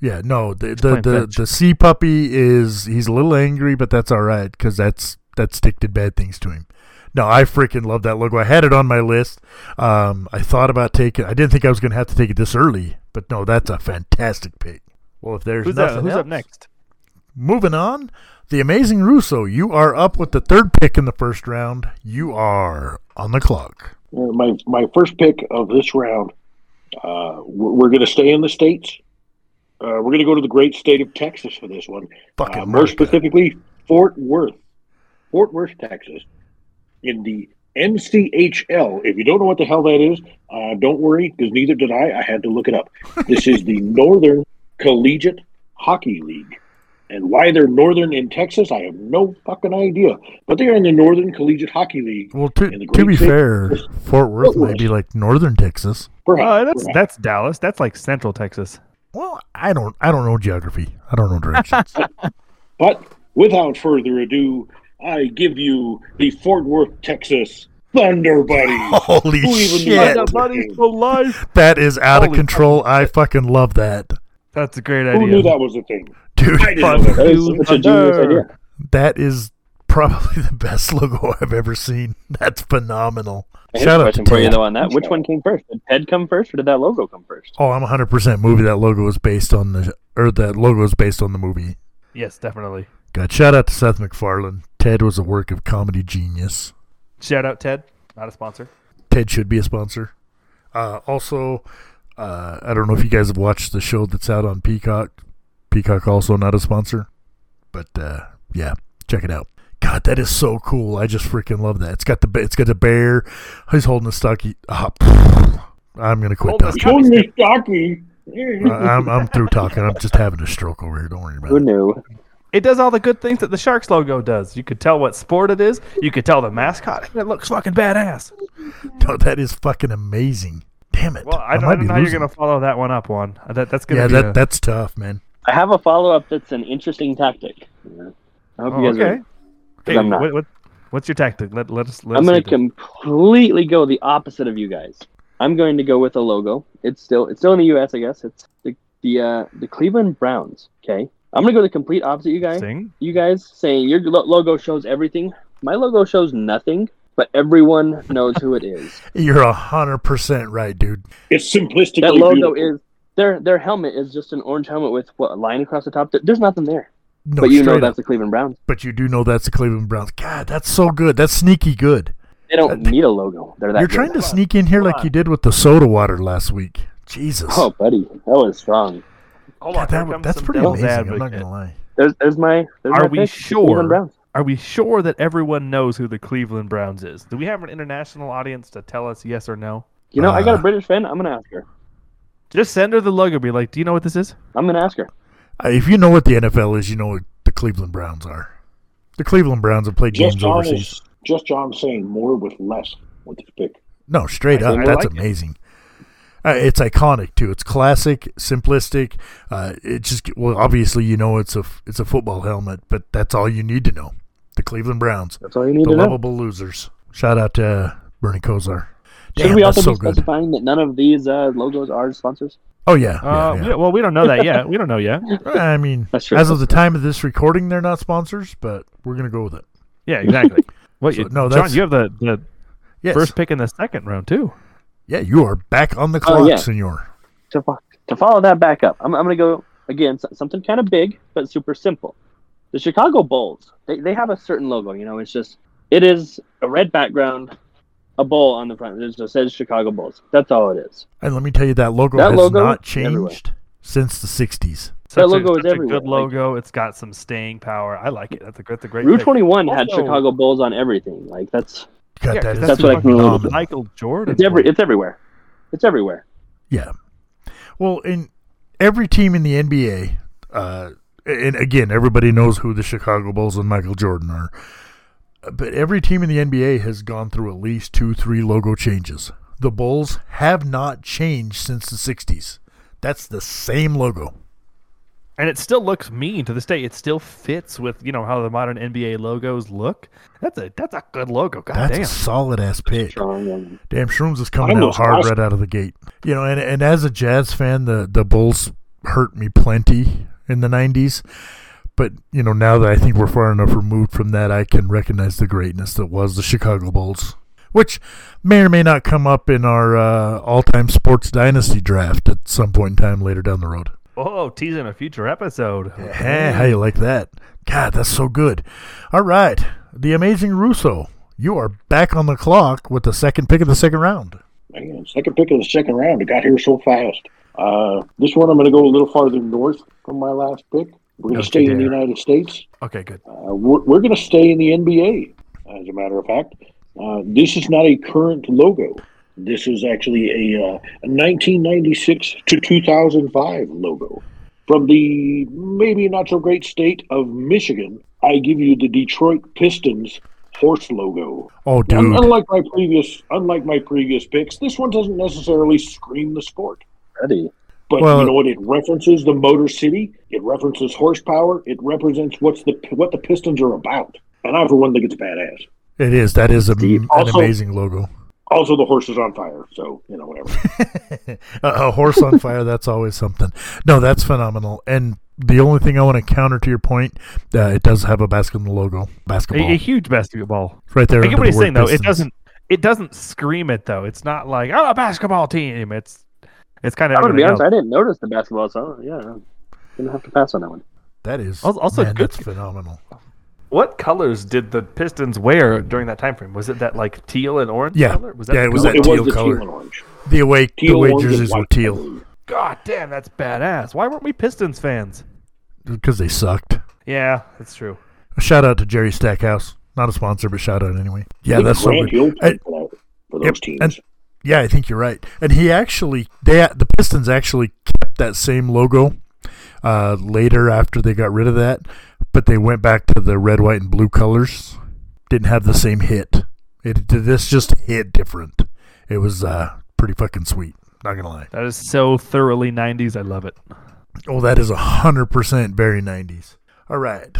[SPEAKER 1] Yeah, no, the the,
[SPEAKER 2] playing
[SPEAKER 1] the,
[SPEAKER 2] fetch.
[SPEAKER 1] the sea puppy is he's a little angry, but that's all right because that's that stick did bad things to him. No, I freaking love that logo. I had it on my list. Um, I thought about taking. I didn't think I was going to have to take it this early, but no, that's a fantastic pick. Well, if there's
[SPEAKER 2] Who's,
[SPEAKER 1] nothing
[SPEAKER 2] up, who's up
[SPEAKER 1] else-
[SPEAKER 2] next?
[SPEAKER 1] Moving on, the amazing Russo. You are up with the third pick in the first round. You are on the clock.
[SPEAKER 3] Uh, my my first pick of this round. Uh, we're we're going to stay in the states. Uh, we're going to go to the great state of Texas for this one.
[SPEAKER 1] Fucking
[SPEAKER 3] Uh, more
[SPEAKER 1] America.
[SPEAKER 3] specifically, Fort Worth, Fort Worth, Texas, in the NCHL. If you don't know what the hell that is, uh, don't worry, because neither did I. I had to look it up. This is the Northern Collegiate Hockey League. And why they're northern in Texas, I have no fucking idea. But they are in the Northern Collegiate Hockey League.
[SPEAKER 1] Well, to,
[SPEAKER 3] In the
[SPEAKER 1] to
[SPEAKER 3] great
[SPEAKER 1] be
[SPEAKER 3] state-
[SPEAKER 1] fair, Fort Worth
[SPEAKER 3] Fort Worth.
[SPEAKER 1] might be like northern Texas.
[SPEAKER 2] Uh,
[SPEAKER 3] Perhaps,
[SPEAKER 2] that's
[SPEAKER 3] perhaps.
[SPEAKER 2] that's Dallas. That's like Central Texas.
[SPEAKER 1] Well, I don't I don't know geography. I don't know directions.
[SPEAKER 3] But without further ado, I give you the Fort Worth, Texas Thunder Buddies.
[SPEAKER 1] Holy
[SPEAKER 3] Who even
[SPEAKER 1] shit.
[SPEAKER 3] knows?
[SPEAKER 1] That is out of
[SPEAKER 2] Holy
[SPEAKER 1] control. I fucking love that.
[SPEAKER 2] That's a great
[SPEAKER 3] Who knew
[SPEAKER 2] idea.
[SPEAKER 3] that was a thing?
[SPEAKER 1] Dude,
[SPEAKER 3] I didn't know
[SPEAKER 1] fuck,
[SPEAKER 3] that. That is
[SPEAKER 2] you,
[SPEAKER 3] such a genius
[SPEAKER 2] Thunder.
[SPEAKER 3] idea.
[SPEAKER 1] that is probably the best logo I've ever seen. That's phenomenal.
[SPEAKER 4] Here's
[SPEAKER 1] Shout out
[SPEAKER 4] a question
[SPEAKER 1] to
[SPEAKER 4] for you
[SPEAKER 1] Ted.
[SPEAKER 4] though on that. Which one came first? Did Ted come first or did that logo come first?
[SPEAKER 1] Oh, I'm 100% movie. That logo is based on the, or that logo is based on the movie.
[SPEAKER 2] Yes, definitely.
[SPEAKER 1] God, shout out to Seth MacFarlane. Ted was a work of comedy genius.
[SPEAKER 2] Shout out Ted, not a sponsor.
[SPEAKER 1] Ted should be a sponsor. Uh, also, uh, I don't know if you guys have watched the show that's out on Peacock. Peacock also not a sponsor, but uh, yeah, check it out. God, that is so cool. I just freaking love that. It's got the ba- it's got the bear. He's holding a stocky. ah, I'm gonna quit
[SPEAKER 2] Hold the
[SPEAKER 1] talking.
[SPEAKER 3] Show me stocky.
[SPEAKER 1] I- I'm I'm through talking. I'm just having a stroke over here. Don't worry about
[SPEAKER 4] Who
[SPEAKER 1] it.
[SPEAKER 4] knew?
[SPEAKER 2] It does all the good things that the Sharks logo does. You could tell what sport it is. You could tell the mascot. and It looks fucking badass.
[SPEAKER 1] No, that is fucking amazing. Damn it.
[SPEAKER 2] Well, I, don't, I
[SPEAKER 1] might
[SPEAKER 2] don't
[SPEAKER 1] be
[SPEAKER 2] know how you're
[SPEAKER 1] losing.
[SPEAKER 2] gonna follow that one up. One that that's gonna
[SPEAKER 1] Yeah,
[SPEAKER 2] be
[SPEAKER 1] that
[SPEAKER 2] a-
[SPEAKER 1] that's tough, man.
[SPEAKER 4] I have a follow up that's an interesting tactic. Yeah. I hope
[SPEAKER 2] oh,
[SPEAKER 4] you guys
[SPEAKER 2] okay.
[SPEAKER 4] are.
[SPEAKER 2] Hey,
[SPEAKER 4] I'm not.
[SPEAKER 2] what, what, what's your tactic? Let, let us. Let
[SPEAKER 4] I'm
[SPEAKER 2] us
[SPEAKER 4] going
[SPEAKER 2] hear
[SPEAKER 4] to
[SPEAKER 2] this.
[SPEAKER 4] completely go the opposite of you guys. I'm going to go with a logo. It's still it's still in the U.S. I guess. It's the the uh, the Cleveland Browns. Okay. I'm going to go the complete opposite you guys.
[SPEAKER 2] Sing?
[SPEAKER 4] You guys saying your lo- logo shows everything. My logo shows nothing, but everyone knows who it is.
[SPEAKER 1] You're a hundred percent right, dude.
[SPEAKER 3] It's simplistically
[SPEAKER 4] that logo
[SPEAKER 3] beautiful.
[SPEAKER 4] is their their helmet is just an orange helmet with what a line across the top. There- There's nothing there,
[SPEAKER 1] No,
[SPEAKER 4] but you know
[SPEAKER 1] straight up.
[SPEAKER 4] that's the Cleveland Browns.
[SPEAKER 1] but you do know that's the Cleveland Browns. God, that's so good. That's sneaky good.
[SPEAKER 4] They don't need a logo. They're that.
[SPEAKER 1] Uh, You're
[SPEAKER 4] good.
[SPEAKER 1] trying to
[SPEAKER 2] Come on,
[SPEAKER 1] sneak in here
[SPEAKER 2] come
[SPEAKER 1] like you did with the soda water last week. Jesus.
[SPEAKER 4] Oh, buddy, that was strong.
[SPEAKER 2] Hold
[SPEAKER 1] God,
[SPEAKER 2] on,
[SPEAKER 1] that,
[SPEAKER 2] here comes
[SPEAKER 1] that's
[SPEAKER 2] some
[SPEAKER 1] pretty
[SPEAKER 2] devil's
[SPEAKER 1] amazing. I'm not
[SPEAKER 2] advocate.
[SPEAKER 1] going to lie.
[SPEAKER 4] There's there's my. There's
[SPEAKER 2] Are
[SPEAKER 4] my
[SPEAKER 2] we
[SPEAKER 4] pick,
[SPEAKER 2] sure?
[SPEAKER 4] Cleveland Browns.
[SPEAKER 2] Are we sure that everyone knows who the Cleveland Browns is? Do we have an international audience to tell us yes or no?
[SPEAKER 4] You know, I got
[SPEAKER 1] Uh,
[SPEAKER 4] a British friend. I'm gonna ask her.
[SPEAKER 2] Just send her the logo. Be like, do you know what this is?
[SPEAKER 4] I'm gonna ask her.
[SPEAKER 1] Uh, If you know what the NFL is, you know what the Cleveland Browns are. The Cleveland Browns have played
[SPEAKER 3] just
[SPEAKER 1] games
[SPEAKER 3] John
[SPEAKER 1] overseas.
[SPEAKER 3] is just John saying more with less with this pick.
[SPEAKER 1] No, straight
[SPEAKER 2] I
[SPEAKER 1] up.
[SPEAKER 2] like
[SPEAKER 1] That's
[SPEAKER 2] it.
[SPEAKER 1] amazing. Uh, it's iconic too. It's classic, simplistic. Uh, it just well, obviously you know it's a f- it's a football helmet, but that's all you need to know. The Cleveland Browns,
[SPEAKER 4] That's all you need
[SPEAKER 1] the
[SPEAKER 4] to know.
[SPEAKER 1] lovable losers. Shout out to uh, Bernie Kosar.
[SPEAKER 4] Should
[SPEAKER 1] Damn,
[SPEAKER 4] we
[SPEAKER 1] that's
[SPEAKER 4] also
[SPEAKER 1] so
[SPEAKER 4] be
[SPEAKER 1] good.
[SPEAKER 4] specifying that none of these uh, logos are sponsors?
[SPEAKER 1] Oh yeah, yeah,
[SPEAKER 2] Uh,
[SPEAKER 1] yeah.
[SPEAKER 2] we don't- well, we don't know that yet. We don't know yet.
[SPEAKER 1] I mean,
[SPEAKER 4] That's true.
[SPEAKER 1] as of the time of this recording, they're not sponsors, but we're gonna go with it.
[SPEAKER 2] Yeah, exactly. Wait,
[SPEAKER 1] So,
[SPEAKER 2] you-
[SPEAKER 1] no,
[SPEAKER 2] John,
[SPEAKER 1] that's-
[SPEAKER 2] you have the, the
[SPEAKER 1] Yes.
[SPEAKER 2] first pick in the second round too.
[SPEAKER 1] yeah, you are back on the
[SPEAKER 4] Oh,
[SPEAKER 1] clock,
[SPEAKER 4] yeah.
[SPEAKER 1] senor.
[SPEAKER 4] To, fo- to follow that back up, I'm, I'm gonna go again so- something kind of big but super simple. The Chicago Bulls. They they have a certain logo. You know, it's just it is a red background, a bowl on the front. It just says Chicago Bulls. That's all it is.
[SPEAKER 1] And let me tell you, that logo
[SPEAKER 4] That
[SPEAKER 1] has
[SPEAKER 4] logo
[SPEAKER 1] not
[SPEAKER 4] is everywhere.
[SPEAKER 1] changed since the '60s.
[SPEAKER 2] Such a-
[SPEAKER 4] logo is
[SPEAKER 2] such a
[SPEAKER 4] everywhere,
[SPEAKER 2] good
[SPEAKER 4] like-
[SPEAKER 2] logo. it's got some staying power. I like it. That's a that's a great.
[SPEAKER 4] Rue
[SPEAKER 2] pick.
[SPEAKER 4] 21 had
[SPEAKER 2] Also-
[SPEAKER 4] Chicago Bulls on everything. Like that's
[SPEAKER 1] God,
[SPEAKER 2] Yeah,
[SPEAKER 1] that
[SPEAKER 2] 'cause
[SPEAKER 1] is
[SPEAKER 4] that's what I
[SPEAKER 2] fucking
[SPEAKER 4] can-
[SPEAKER 1] phenomenal.
[SPEAKER 2] Michael Jordan.
[SPEAKER 4] it's every it's everywhere. It's everywhere.
[SPEAKER 1] Yeah. Well, in every team in the NBA, uh, and again, everybody knows who the Chicago Bulls and Michael Jordan are, but every team in the NBA has gone through at least two, three logo changes. The Bulls have not changed since the 60s. That's the same logo.
[SPEAKER 2] and it still looks mean to this day. It still fits with you know how the modern NBA logos look. That's a that's a good logo. God
[SPEAKER 1] That's a
[SPEAKER 2] damn.
[SPEAKER 1] solid ass pick.
[SPEAKER 4] Strong and
[SPEAKER 1] Damn, Shrooms is coming out
[SPEAKER 3] Almost
[SPEAKER 1] hard
[SPEAKER 3] awesome.
[SPEAKER 1] right out of the gate. You know, and and as a Jazz fan, the the Bulls hurt me plenty in the '90s. But you know, now that I think we're far enough removed from that, I can recognize the greatness that was the Chicago Bulls, which may or may not come up in our uh, all-time sports dynasty draft at some point in time later down the road.
[SPEAKER 2] Oh, teasing a future episode.
[SPEAKER 1] Hey, how you like that? God, that's so good. All right, the amazing Russo, you are back on the clock with the second pick of the second round.
[SPEAKER 3] Man, second pick of the second round. It got here so fast. Uh, this one I'm going to go a little farther north from my last pick. We're going
[SPEAKER 2] Don't
[SPEAKER 3] to stay
[SPEAKER 2] you
[SPEAKER 3] in the
[SPEAKER 2] dare.
[SPEAKER 3] United States.
[SPEAKER 2] Okay, good.
[SPEAKER 3] Uh, we're we're going to stay in the NBA, as a matter of fact. Uh, this is not a current logo. This is actually a, uh, a 1996 to 2005 logo. From the maybe not so great state of Michigan, I give you the Detroit Pistons horse logo.
[SPEAKER 1] Oh, dude.
[SPEAKER 3] Un- Unlike my previous, unlike my previous picks, this one doesn't necessarily scream the sport.
[SPEAKER 4] ready.
[SPEAKER 3] But
[SPEAKER 1] Well-
[SPEAKER 3] you know what? It references the Motor City. It references horsepower. It represents what's the what the Pistons are about. And I, for one, think it's badass.
[SPEAKER 1] It is. That is a, an
[SPEAKER 3] Also-
[SPEAKER 1] amazing logo.
[SPEAKER 3] Also, the horse is on fire, so you know whatever.
[SPEAKER 1] a, a horse on fire. That's always something. No, that's phenomenal. And the only thing I want to counter to your point, uh, it does have a basketball logo. Basketball,
[SPEAKER 2] A, a huge basketball.
[SPEAKER 1] right there.
[SPEAKER 2] I
[SPEAKER 1] under
[SPEAKER 2] get what
[SPEAKER 1] the
[SPEAKER 2] he's
[SPEAKER 1] word
[SPEAKER 2] saying though. It
[SPEAKER 1] Pistons.
[SPEAKER 2] doesn't. It doesn't scream it though. It's not like oh a basketball team. It's it's kind of.
[SPEAKER 4] I'm gonna be honest. I didn't notice the basketball. So yeah, gonna have to pass on that one.
[SPEAKER 1] That is
[SPEAKER 2] Al- also
[SPEAKER 1] man,
[SPEAKER 2] good-
[SPEAKER 1] That's phenomenal.
[SPEAKER 2] What colors did the Pistons wear during that time frame? Was it that like teal and orange
[SPEAKER 1] Yeah.
[SPEAKER 2] color? Was that
[SPEAKER 1] Yeah,
[SPEAKER 2] the
[SPEAKER 1] it was
[SPEAKER 2] color?
[SPEAKER 1] that
[SPEAKER 3] it
[SPEAKER 1] teal
[SPEAKER 3] was the
[SPEAKER 1] color.
[SPEAKER 3] teal and orange.
[SPEAKER 1] The away the
[SPEAKER 3] Teal
[SPEAKER 1] away
[SPEAKER 3] orange and
[SPEAKER 1] jerseys were
[SPEAKER 3] white, I
[SPEAKER 1] teal
[SPEAKER 3] believe.
[SPEAKER 2] God damn, that's badass. Why weren't we Pistons fans?
[SPEAKER 1] because they sucked.
[SPEAKER 2] Yeah, that's true.
[SPEAKER 1] Shout out to Jerry Stackhouse. Not a sponsor, but shout out anyway. Yeah, that's so
[SPEAKER 3] Grant
[SPEAKER 1] good.
[SPEAKER 3] Hill
[SPEAKER 1] I-
[SPEAKER 3] for that- for
[SPEAKER 1] Yep,
[SPEAKER 3] those teams.
[SPEAKER 1] and- Yeah, I think you're right. And he actually, they the Pistons actually kept that same logo uh, later after they got rid of that, but they went back to the red, white, and blue colors. Didn't have the same hit. It this just hit different. It was uh, pretty fucking sweet. Not gonna lie.
[SPEAKER 2] That is so thoroughly 90s. I love it.
[SPEAKER 1] Oh, that is hundred percent very nineties. All right.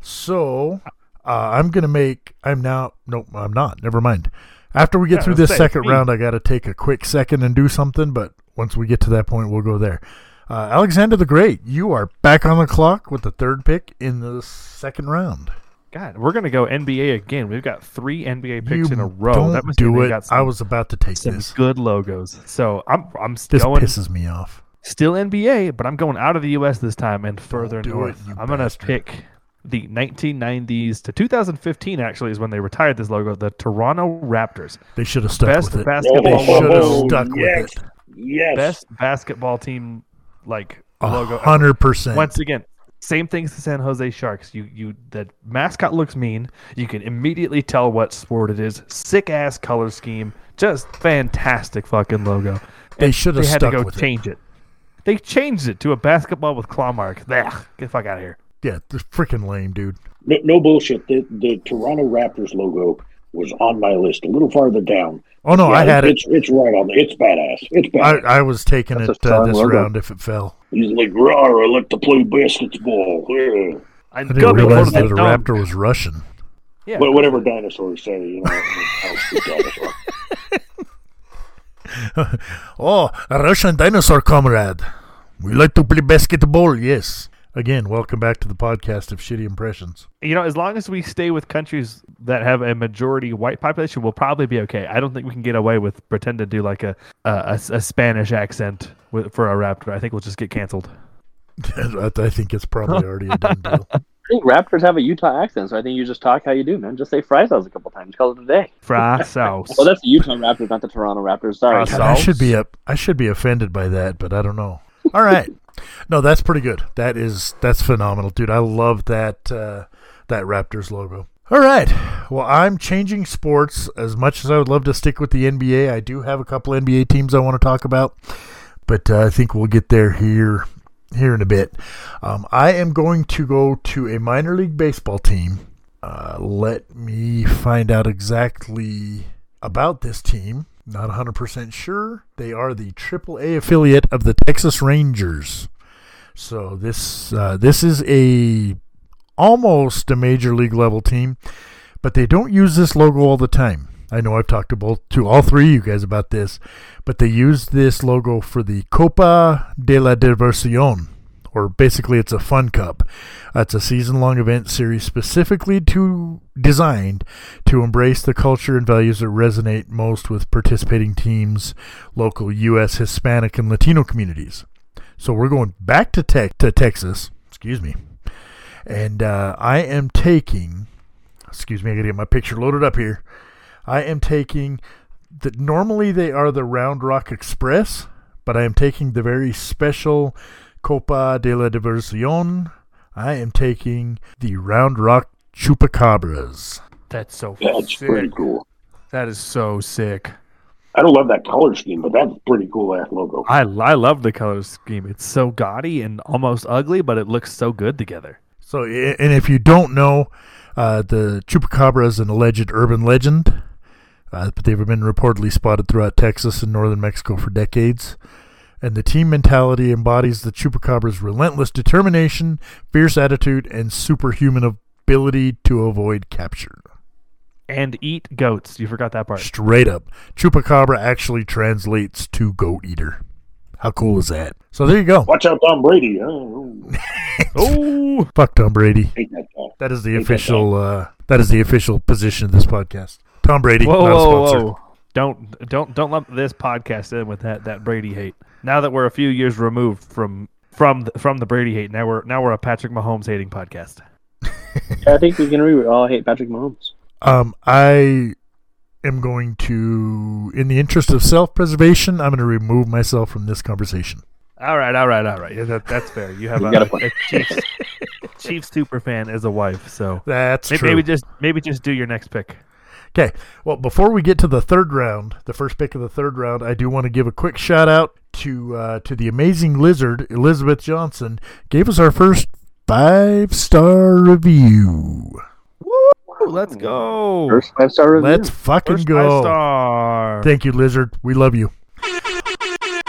[SPEAKER 1] So uh, I'm gonna make. I'm now. Nope, I'm not. Never mind. After we get
[SPEAKER 2] Yeah,
[SPEAKER 1] through
[SPEAKER 2] let's
[SPEAKER 1] this
[SPEAKER 2] say,
[SPEAKER 1] second
[SPEAKER 2] it's me.
[SPEAKER 1] round, I gotta take a quick second and do something. But once we get to that point, we'll go there. Uh, Alexander the Great, you are back on the clock with the third pick in the second round.
[SPEAKER 2] God, we're gonna go NBA again. We've got three NBA picks
[SPEAKER 1] you
[SPEAKER 2] in a row.
[SPEAKER 1] Don't
[SPEAKER 2] that must mean
[SPEAKER 1] do
[SPEAKER 2] we
[SPEAKER 1] it.
[SPEAKER 2] Got some,
[SPEAKER 1] I was about to take
[SPEAKER 2] some
[SPEAKER 1] this.
[SPEAKER 2] good logos. So I'm I'm
[SPEAKER 1] This
[SPEAKER 2] going
[SPEAKER 1] pisses me off.
[SPEAKER 2] still NBA, but I'm going out of the U.S. this time and further
[SPEAKER 1] do it,
[SPEAKER 2] north.
[SPEAKER 1] you
[SPEAKER 2] I'm gonna
[SPEAKER 1] bastard.
[SPEAKER 2] pick the 1990s to 2015. Actually, is when they retired this logo. The Toronto Raptors,
[SPEAKER 1] They should have stuck
[SPEAKER 2] best
[SPEAKER 1] with it.
[SPEAKER 2] basketball
[SPEAKER 1] They should have
[SPEAKER 2] logo,
[SPEAKER 1] stuck
[SPEAKER 3] yes,
[SPEAKER 1] with it.
[SPEAKER 3] Yes.
[SPEAKER 2] best basketball team like
[SPEAKER 1] Oh,
[SPEAKER 2] logo. ever.
[SPEAKER 1] hundred percent.
[SPEAKER 2] Once again, same things to San Jose Sharks. You you the mascot looks mean. You can immediately tell what sport it is. Sick ass color scheme. Just fantastic fucking logo.
[SPEAKER 1] They should have
[SPEAKER 2] They had to
[SPEAKER 1] stuck
[SPEAKER 2] go
[SPEAKER 1] with it.
[SPEAKER 2] change it. They changed it to a basketball with claw mark. Ugh, get the fuck out of here.
[SPEAKER 1] Yeah, they're freaking lame, dude.
[SPEAKER 3] No, no bullshit. The, the Toronto Raptors logo was on my list a little farther down.
[SPEAKER 1] Oh no,
[SPEAKER 3] Yeah,
[SPEAKER 1] I had it.
[SPEAKER 3] It's, it's right on there. It's badass. It's
[SPEAKER 1] I,
[SPEAKER 3] badass.
[SPEAKER 1] I was taking
[SPEAKER 4] That's a
[SPEAKER 1] it uh,
[SPEAKER 4] strong
[SPEAKER 1] this
[SPEAKER 4] logo.
[SPEAKER 1] round if it fell.
[SPEAKER 3] He's like, "Rawr, I like to play basketball. Yeah.
[SPEAKER 2] I'm
[SPEAKER 1] I didn't
[SPEAKER 2] going
[SPEAKER 1] realize
[SPEAKER 2] for
[SPEAKER 1] that
[SPEAKER 2] the
[SPEAKER 1] the
[SPEAKER 2] dunk.
[SPEAKER 1] raptor was Russian.
[SPEAKER 2] Yeah,
[SPEAKER 3] Wha- Whatever dinosaurs say, you know. I'll speak dinosaur.
[SPEAKER 1] Oh, a Russian dinosaur comrade. We like to play basketball, yes. Again, welcome back to the podcast of shitty impressions.
[SPEAKER 2] you know, as long as we stay with countries that have a majority white population, we'll probably be okay. I don't think we can get away with pretend to do like a a, a- a Spanish accent with, for a raptor. I think we'll just get canceled.
[SPEAKER 1] I I think it's probably already a done deal.
[SPEAKER 4] I think Raptors have a Utah accent, so I think you just talk how you do, man. Just say fry sauce a couple times. Call it a day.
[SPEAKER 2] Fry sauce.
[SPEAKER 4] Well, that's the Utah Raptors, not the Toronto Raptors. Sorry.
[SPEAKER 2] Fry
[SPEAKER 1] God, I
[SPEAKER 2] sauce.
[SPEAKER 1] should be up. I should be offended by that, but I don't know. All right, no, that's pretty good. That is that's phenomenal, dude. I love that uh, that Raptors logo. All right, well, I'm changing sports. As much as I would love to stick with the NBA, I do have a couple NBA teams I want to talk about, but uh, I think we'll get there here here in a bit. Um, I am going to go to a minor league baseball team. Uh, let me find out exactly about this team. Not 100% sure. They are the AAA affiliate of the Texas Rangers. So this uh, this is a almost a major league level team, but they don't use this logo all the time. I know I've talked to both to all three of you guys about this, but they use this logo for the Copa de la Diversión, or basically it's a fun cup. Uh, It's a season-long event series specifically to designed to embrace the culture and values that resonate most with participating teams, local U.S. Hispanic and Latino communities. So we're going back to tech to Texas. Excuse me. And uh, I am taking. Excuse me. I got to get my picture loaded up here. I am taking. That normally they are the Round Rock Express, but I am taking the very special Copa de la Diversión. I am taking the Round Rock Chupacabras.
[SPEAKER 2] That's so
[SPEAKER 3] That's pretty cool.
[SPEAKER 2] That is so sick.
[SPEAKER 3] I don't love that color scheme, but that's a pretty cool ass logo.
[SPEAKER 2] I I love the color scheme. It's so gaudy and almost ugly, but it looks so good together.
[SPEAKER 1] So, i- and if you don't know, uh, the chupacabra is an alleged urban legend, uh, but they've been reportedly spotted throughout Texas and northern Mexico for decades. And the team mentality embodies the chupacabra's relentless determination, fierce attitude, and superhuman ability to avoid capture.
[SPEAKER 2] And eat goats. You forgot that part.
[SPEAKER 1] Straight up, chupacabra actually translates to goat eater. How cool is that? So there you go.
[SPEAKER 3] Watch out, Tom Brady. Oh,
[SPEAKER 2] Oh,
[SPEAKER 1] Fuck Tom Brady.
[SPEAKER 3] take that. Tom.
[SPEAKER 1] That is the
[SPEAKER 3] Think that's
[SPEAKER 1] official. Uh, that is the official position of this podcast. Tom Brady,
[SPEAKER 2] Whoa,
[SPEAKER 1] not a
[SPEAKER 2] whoa,
[SPEAKER 1] sponsor.
[SPEAKER 2] whoa! Don't don't don't lump this podcast in with that that Brady hate. Now that we're a few years removed from from the, from the Brady hate, now we're now we're a Patrick Mahomes hating podcast.
[SPEAKER 4] I think we can agree. We all hate Patrick Mahomes.
[SPEAKER 1] Um, I am going to, in the interest of self-preservation, I'm going to remove myself from this conversation.
[SPEAKER 2] All right, all right, all right. Yeah, that, that's fair. You have
[SPEAKER 4] You
[SPEAKER 2] a,
[SPEAKER 4] got a point.
[SPEAKER 2] a Chiefs Chiefs super fan as a wife, so
[SPEAKER 1] That's
[SPEAKER 2] maybe,
[SPEAKER 1] true.
[SPEAKER 2] maybe just maybe just do your next pick.
[SPEAKER 1] Okay. Well, before we get to the third round, the first pick of the third round, I do want to give a quick shout out to uh, to the amazing lizard Elizabeth Johnson. Gave us our first five star review.
[SPEAKER 2] Woo, let's go.
[SPEAKER 4] First five star review.
[SPEAKER 1] Let's fucking
[SPEAKER 2] First
[SPEAKER 1] go.
[SPEAKER 2] five star.
[SPEAKER 1] Thank you, lizard. We love you.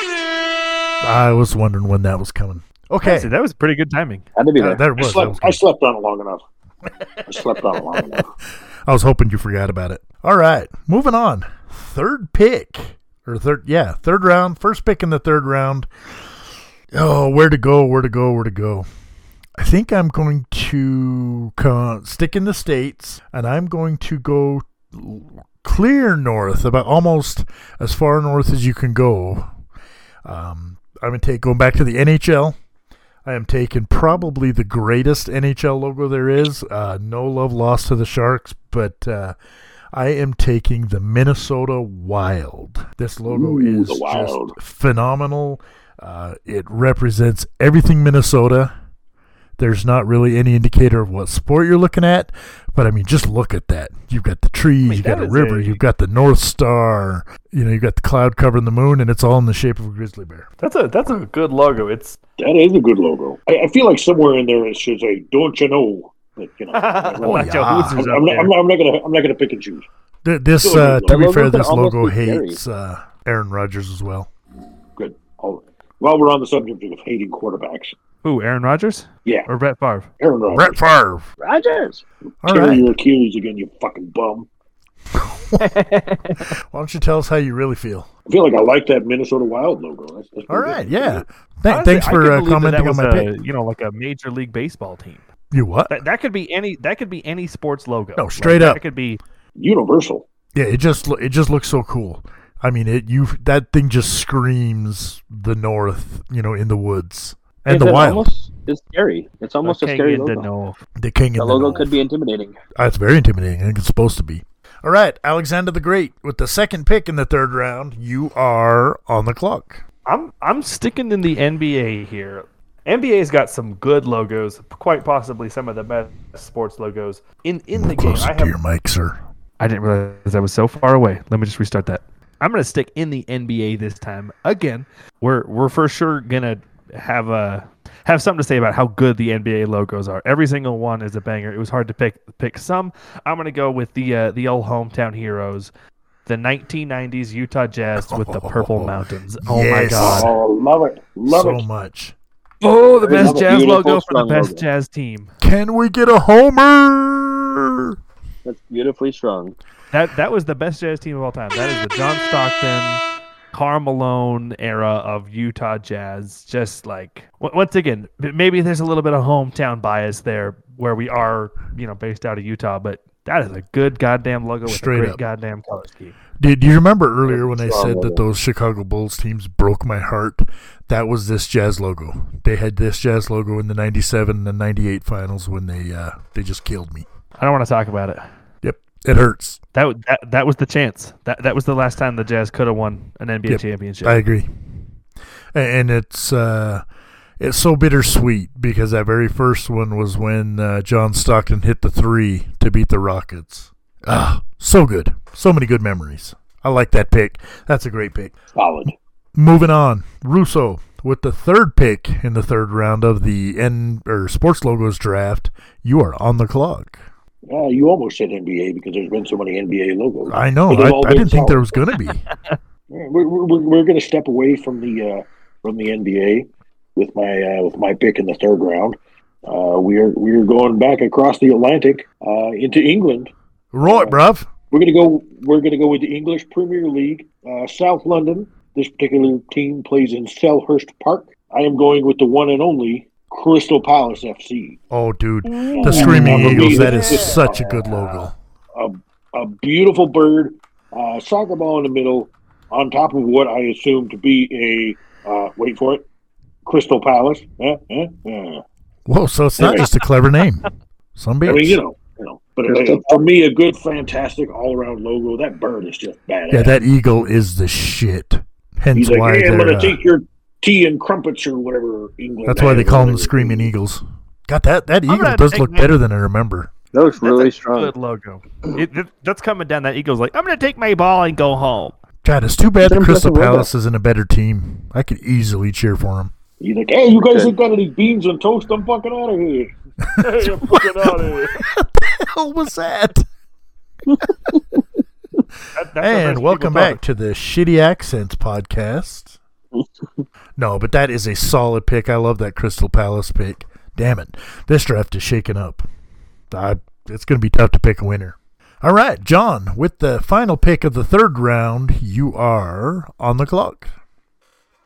[SPEAKER 1] I was wondering when that was coming. Okay.
[SPEAKER 2] Honestly, that was pretty good timing.
[SPEAKER 4] Had to be
[SPEAKER 1] Yeah,
[SPEAKER 4] there.
[SPEAKER 1] there it
[SPEAKER 3] I
[SPEAKER 1] was. That was
[SPEAKER 3] slept,
[SPEAKER 1] good.
[SPEAKER 3] I slept on it long enough. I slept on it long enough.
[SPEAKER 1] I was hoping you forgot about it. All right, moving on. Third pick or third, yeah, third round. First pick in the third round. Oh, where to go? Where to go? Where to go? I think I'm going to con- stick in the states, and I'm going to go clear north, about almost as far north as you can go. Um, I'm gonna take going back to the NHL. I am taking probably the greatest NHL logo there is. Uh, no love lost to the Sharks, but uh, I am taking the Minnesota Wild. This logo
[SPEAKER 3] Ooh,
[SPEAKER 1] is
[SPEAKER 3] the Wild.
[SPEAKER 1] just phenomenal. Uh, it represents everything Minnesota. There's not really any indicator of what sport you're looking at, but I mean, just look at that. You've got the trees,
[SPEAKER 2] mean,
[SPEAKER 1] you've got
[SPEAKER 2] that
[SPEAKER 1] a
[SPEAKER 2] is
[SPEAKER 1] river,
[SPEAKER 2] a-
[SPEAKER 1] you've got the North Star, you know, you've got the cloud covering the moon, and it's all in the shape of a grizzly bear.
[SPEAKER 2] That's a that's a good logo. It's
[SPEAKER 3] That is a good logo. I, I feel like somewhere in there it should say, "Don't you know?" But you know, I'm,
[SPEAKER 1] Oh,
[SPEAKER 3] not,
[SPEAKER 1] yeah.
[SPEAKER 3] I'm, not, I'm, not, I'm not gonna I'm not gonna pick and choose.
[SPEAKER 1] Th- This,
[SPEAKER 3] Good
[SPEAKER 1] uh,
[SPEAKER 3] logo.
[SPEAKER 1] to be
[SPEAKER 4] That
[SPEAKER 1] fair,
[SPEAKER 4] logo
[SPEAKER 1] this
[SPEAKER 4] could
[SPEAKER 1] logo
[SPEAKER 4] almost be buried.
[SPEAKER 1] hates uh, Aaron Rodgers as well.
[SPEAKER 3] Good. All right. While we're on the subject of hating quarterbacks,
[SPEAKER 2] who Aaron Rodgers
[SPEAKER 3] yeah,
[SPEAKER 2] or Brett Favre.
[SPEAKER 3] Aaron Rodgers,
[SPEAKER 1] Brett Favre.
[SPEAKER 4] Rogers.
[SPEAKER 1] All
[SPEAKER 3] tear
[SPEAKER 1] right.
[SPEAKER 3] your Achilles again, you fucking bum.
[SPEAKER 1] Why don't you tell us how you really feel?
[SPEAKER 3] I feel like I like that Minnesota Wild logo. That's, that's
[SPEAKER 1] All
[SPEAKER 3] pretty
[SPEAKER 1] right.
[SPEAKER 3] good.
[SPEAKER 1] Yeah. Th-
[SPEAKER 2] Honestly,
[SPEAKER 1] thanks
[SPEAKER 2] I
[SPEAKER 1] for
[SPEAKER 2] can
[SPEAKER 1] uh,
[SPEAKER 2] believe that
[SPEAKER 1] commenting
[SPEAKER 2] that
[SPEAKER 1] on
[SPEAKER 2] was
[SPEAKER 1] my
[SPEAKER 2] a,
[SPEAKER 1] pick.
[SPEAKER 2] You know, like a major league baseball team.
[SPEAKER 1] You what?
[SPEAKER 2] That, that could be any. That could be any sports logo.
[SPEAKER 1] No, straight
[SPEAKER 2] Like,
[SPEAKER 1] up.
[SPEAKER 2] That could be.
[SPEAKER 3] Universal.
[SPEAKER 1] Yeah. It just lo- it just looks so cool. I mean, it you that thing just screams the North. You know, in the woods and
[SPEAKER 4] It's
[SPEAKER 1] the wild.
[SPEAKER 4] Almost, it's scary. It's almost
[SPEAKER 2] Okay,
[SPEAKER 4] a scary
[SPEAKER 2] you didn't
[SPEAKER 4] logo.
[SPEAKER 2] know.
[SPEAKER 1] the king.
[SPEAKER 4] The
[SPEAKER 1] and
[SPEAKER 4] logo
[SPEAKER 1] North.
[SPEAKER 4] could be intimidating.
[SPEAKER 1] Uh, It's very intimidating. I think it's supposed to be. All right, Alexander the Great, with the second pick in the third round, you are on the clock.
[SPEAKER 2] I'm I'm sticking in the NBA here. NBA's got some good logos, quite possibly some of the best sports logos in in the game.
[SPEAKER 1] Closer
[SPEAKER 2] I
[SPEAKER 1] to
[SPEAKER 2] have
[SPEAKER 1] your mic, sir.
[SPEAKER 2] I didn't realize I was so far away. Let me just restart that. I'm gonna stick in the NBA this time again. We're we're for sure gonna have a have something to say about how good the NBA logos are. Every single one is a banger. It was hard to pick pick some. I'm gonna go with the uh, the old hometown heroes, the 1990s Utah Jazz with the purple mountains. Oh my
[SPEAKER 1] Yes.
[SPEAKER 2] god!
[SPEAKER 3] Oh, love it, love
[SPEAKER 1] so
[SPEAKER 3] it.
[SPEAKER 1] much.
[SPEAKER 2] Oh, the
[SPEAKER 4] Very
[SPEAKER 2] best Jazz
[SPEAKER 4] beautiful,
[SPEAKER 2] logo for the
[SPEAKER 4] strong
[SPEAKER 2] best
[SPEAKER 4] logo.
[SPEAKER 2] Jazz team.
[SPEAKER 1] Can we get a homer?
[SPEAKER 4] That's beautifully strong.
[SPEAKER 2] That that was the best Jazz team of all time. That is the John Stockton, Karl Malone era of Utah Jazz. Just like w- once again, m- maybe there's a little bit of hometown bias there, where we are, you know, based out of Utah. But that is a good goddamn logo with
[SPEAKER 1] Straight
[SPEAKER 2] a great
[SPEAKER 1] up.
[SPEAKER 2] goddamn color scheme.
[SPEAKER 1] Do, do you remember earlier when I
[SPEAKER 4] Strong
[SPEAKER 1] said that
[SPEAKER 4] logo.
[SPEAKER 1] those Chicago Bulls teams broke my heart? That was this Jazz logo. They had this Jazz logo in the 97 and 98 finals when they uh, they just killed me.
[SPEAKER 2] I don't want to talk about it.
[SPEAKER 1] Yep, it hurts.
[SPEAKER 2] That, w- that that was the chance. That that was the last time the Jazz could have won an NBA
[SPEAKER 1] Yep.
[SPEAKER 2] championship.
[SPEAKER 1] I agree. A- And it's uh, it's so bittersweet because that very first one was when uh, John Stockton hit the three to beat the Rockets. Ah, so good. So many good memories. I like that pick. That's a great pick.
[SPEAKER 3] Solid.
[SPEAKER 1] Moving on, Russo with the third pick in the third round of the N or sports logos draft. You are on the clock.
[SPEAKER 3] Yeah, you almost said NBA because there's been so many NBA logos.
[SPEAKER 1] I know.
[SPEAKER 3] But they've
[SPEAKER 1] I,
[SPEAKER 3] all
[SPEAKER 1] I
[SPEAKER 3] been
[SPEAKER 1] didn't think there
[SPEAKER 3] solid.
[SPEAKER 1] was going to be.
[SPEAKER 3] Yeah, we're we're, we're going to step away from the uh, from the NBA with my uh, with my pick in the third round. Uh, we are we are going back across the Atlantic uh, into England.
[SPEAKER 1] Roy, bruv.
[SPEAKER 3] We're going to go we're going to go with the English Premier League, uh, South London. This particular team plays in Selhurst Park. I am going with the one and only Crystal Palace Uh, FC.
[SPEAKER 1] Oh, dude.
[SPEAKER 3] Ooh,
[SPEAKER 1] The Screaming
[SPEAKER 3] Mamma
[SPEAKER 1] Eagles.
[SPEAKER 3] Mia.
[SPEAKER 1] That is such a good logo.
[SPEAKER 3] a a beautiful bird, uh, soccer ball in the middle, on top of what I assume to be a uh, wait for it, Crystal Palace. Eh, eh, eh.
[SPEAKER 1] Whoa, so it's not
[SPEAKER 3] Anyway.
[SPEAKER 1] just a clever name. Some
[SPEAKER 3] I
[SPEAKER 1] bitch.
[SPEAKER 3] mean, you know, you know. But uh,
[SPEAKER 4] Crystal
[SPEAKER 3] for me, a good, fantastic, all-around logo. That bird is just badass.
[SPEAKER 1] yeah, that eagle is the shit. Hence
[SPEAKER 3] He's
[SPEAKER 1] why
[SPEAKER 3] like, hey, I'm
[SPEAKER 1] they're,
[SPEAKER 3] going to
[SPEAKER 1] uh,
[SPEAKER 3] take your tea and crumpets or whatever. England
[SPEAKER 1] that's why they
[SPEAKER 3] has,
[SPEAKER 1] call them the
[SPEAKER 3] whatever.
[SPEAKER 1] Screaming Eagles. God, that that eagle
[SPEAKER 2] gonna
[SPEAKER 1] does
[SPEAKER 2] take
[SPEAKER 1] look
[SPEAKER 2] my-
[SPEAKER 1] better than I remember.
[SPEAKER 4] That looks
[SPEAKER 2] That's
[SPEAKER 4] really
[SPEAKER 2] a
[SPEAKER 4] strong.
[SPEAKER 2] Good logo. It, it- that's coming down. That eagle's like, I'm gonna take my ball and go home.
[SPEAKER 1] God, it's too bad
[SPEAKER 4] It's
[SPEAKER 1] the
[SPEAKER 4] an
[SPEAKER 1] Crystal
[SPEAKER 4] impressive logo.
[SPEAKER 1] Palace isn't a better team. I could easily cheer for them.
[SPEAKER 3] He's like, hey, you guys
[SPEAKER 4] Good.
[SPEAKER 3] ain't got any beans and toast? I'm fucking out of here. Hey, I'm fucking out of here.
[SPEAKER 1] hell was that?
[SPEAKER 2] That- that's what makes
[SPEAKER 1] And
[SPEAKER 2] people
[SPEAKER 1] welcome
[SPEAKER 2] talk.
[SPEAKER 1] back to the Shitty Accents podcast. no, but that is a solid pick. I love that Crystal Palace pick. Damn it. This draft is shaken up. I, it's going to be tough to pick a winner. All right, John, with the final pick of the third round, you are on the clock.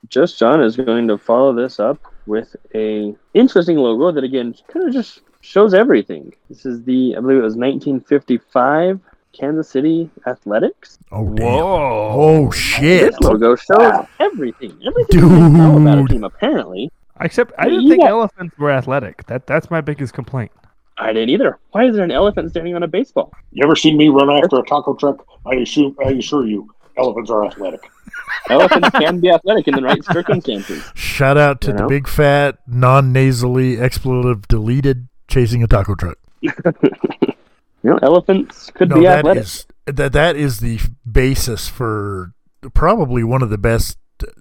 [SPEAKER 4] Just John is going to follow this up with a interesting logo that again kind of just shows everything. This is the I believe it was 1955 Kansas City Athletics.
[SPEAKER 1] Oh, damn.
[SPEAKER 2] Whoa!
[SPEAKER 1] Oh, shit.
[SPEAKER 4] This logo shows everything. Everything you know about a
[SPEAKER 1] Dude.
[SPEAKER 4] team apparently.
[SPEAKER 2] Except I
[SPEAKER 4] You
[SPEAKER 2] didn't think
[SPEAKER 4] got-
[SPEAKER 2] elephants were athletic. That that's my biggest complaint.
[SPEAKER 4] I didn't either. Why is there an elephant standing on a baseball?
[SPEAKER 3] You ever seen me run after a taco truck? I assume, I assure you, elephants are athletic.
[SPEAKER 4] Elephants can be athletic in the right circumstances.
[SPEAKER 1] Shout out to
[SPEAKER 4] You
[SPEAKER 1] the
[SPEAKER 4] know?
[SPEAKER 1] big fat, non nasally, expletive deleted chasing a taco truck.
[SPEAKER 4] You know, elephants could be
[SPEAKER 1] that
[SPEAKER 4] athletic.
[SPEAKER 1] is- that that is the f- basis for probably one of the best uh,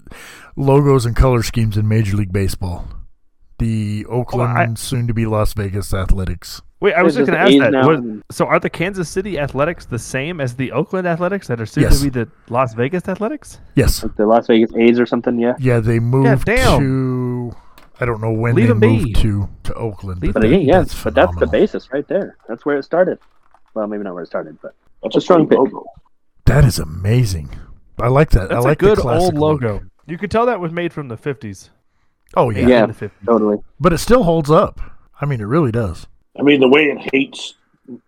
[SPEAKER 1] logos and color schemes in Major League Baseball. The Oakland,
[SPEAKER 2] Oh, I-
[SPEAKER 1] soon to be Las Vegas Athletics.
[SPEAKER 2] Wait, I was
[SPEAKER 4] It's
[SPEAKER 2] just gonna ask
[SPEAKER 4] just A's
[SPEAKER 2] that.
[SPEAKER 4] now
[SPEAKER 2] What-
[SPEAKER 4] and-
[SPEAKER 2] so, are the Kansas City Athletics the same as the Oakland Athletics that are soon
[SPEAKER 1] Yes.
[SPEAKER 2] to be the Las Vegas Athletics?
[SPEAKER 1] Yes,
[SPEAKER 4] Like the Las Vegas A's or something, yeah.
[SPEAKER 1] yeah, they moved
[SPEAKER 2] damn.
[SPEAKER 1] to. I don't know when
[SPEAKER 2] Leave
[SPEAKER 1] they
[SPEAKER 2] 'em be.
[SPEAKER 1] moved to to Oakland,
[SPEAKER 2] Leave
[SPEAKER 1] but,
[SPEAKER 4] But again,
[SPEAKER 1] that-
[SPEAKER 4] yes, but that's the
[SPEAKER 1] phenomenal.
[SPEAKER 4] basis right there. That's where it started. Well, maybe not where it started, but
[SPEAKER 3] That's
[SPEAKER 4] a strong
[SPEAKER 3] great
[SPEAKER 4] pick.
[SPEAKER 3] logo.
[SPEAKER 1] That is amazing. I like that. I
[SPEAKER 2] That's
[SPEAKER 1] like
[SPEAKER 2] a good
[SPEAKER 1] the classic
[SPEAKER 2] old
[SPEAKER 1] look.
[SPEAKER 2] logo. You could tell that was made from the 50s.
[SPEAKER 1] Oh
[SPEAKER 2] Made
[SPEAKER 1] yeah.
[SPEAKER 4] Yeah.
[SPEAKER 2] in the 50s.
[SPEAKER 4] totally.
[SPEAKER 1] but it still holds up. I mean, it really does.
[SPEAKER 3] I mean, the way it hates,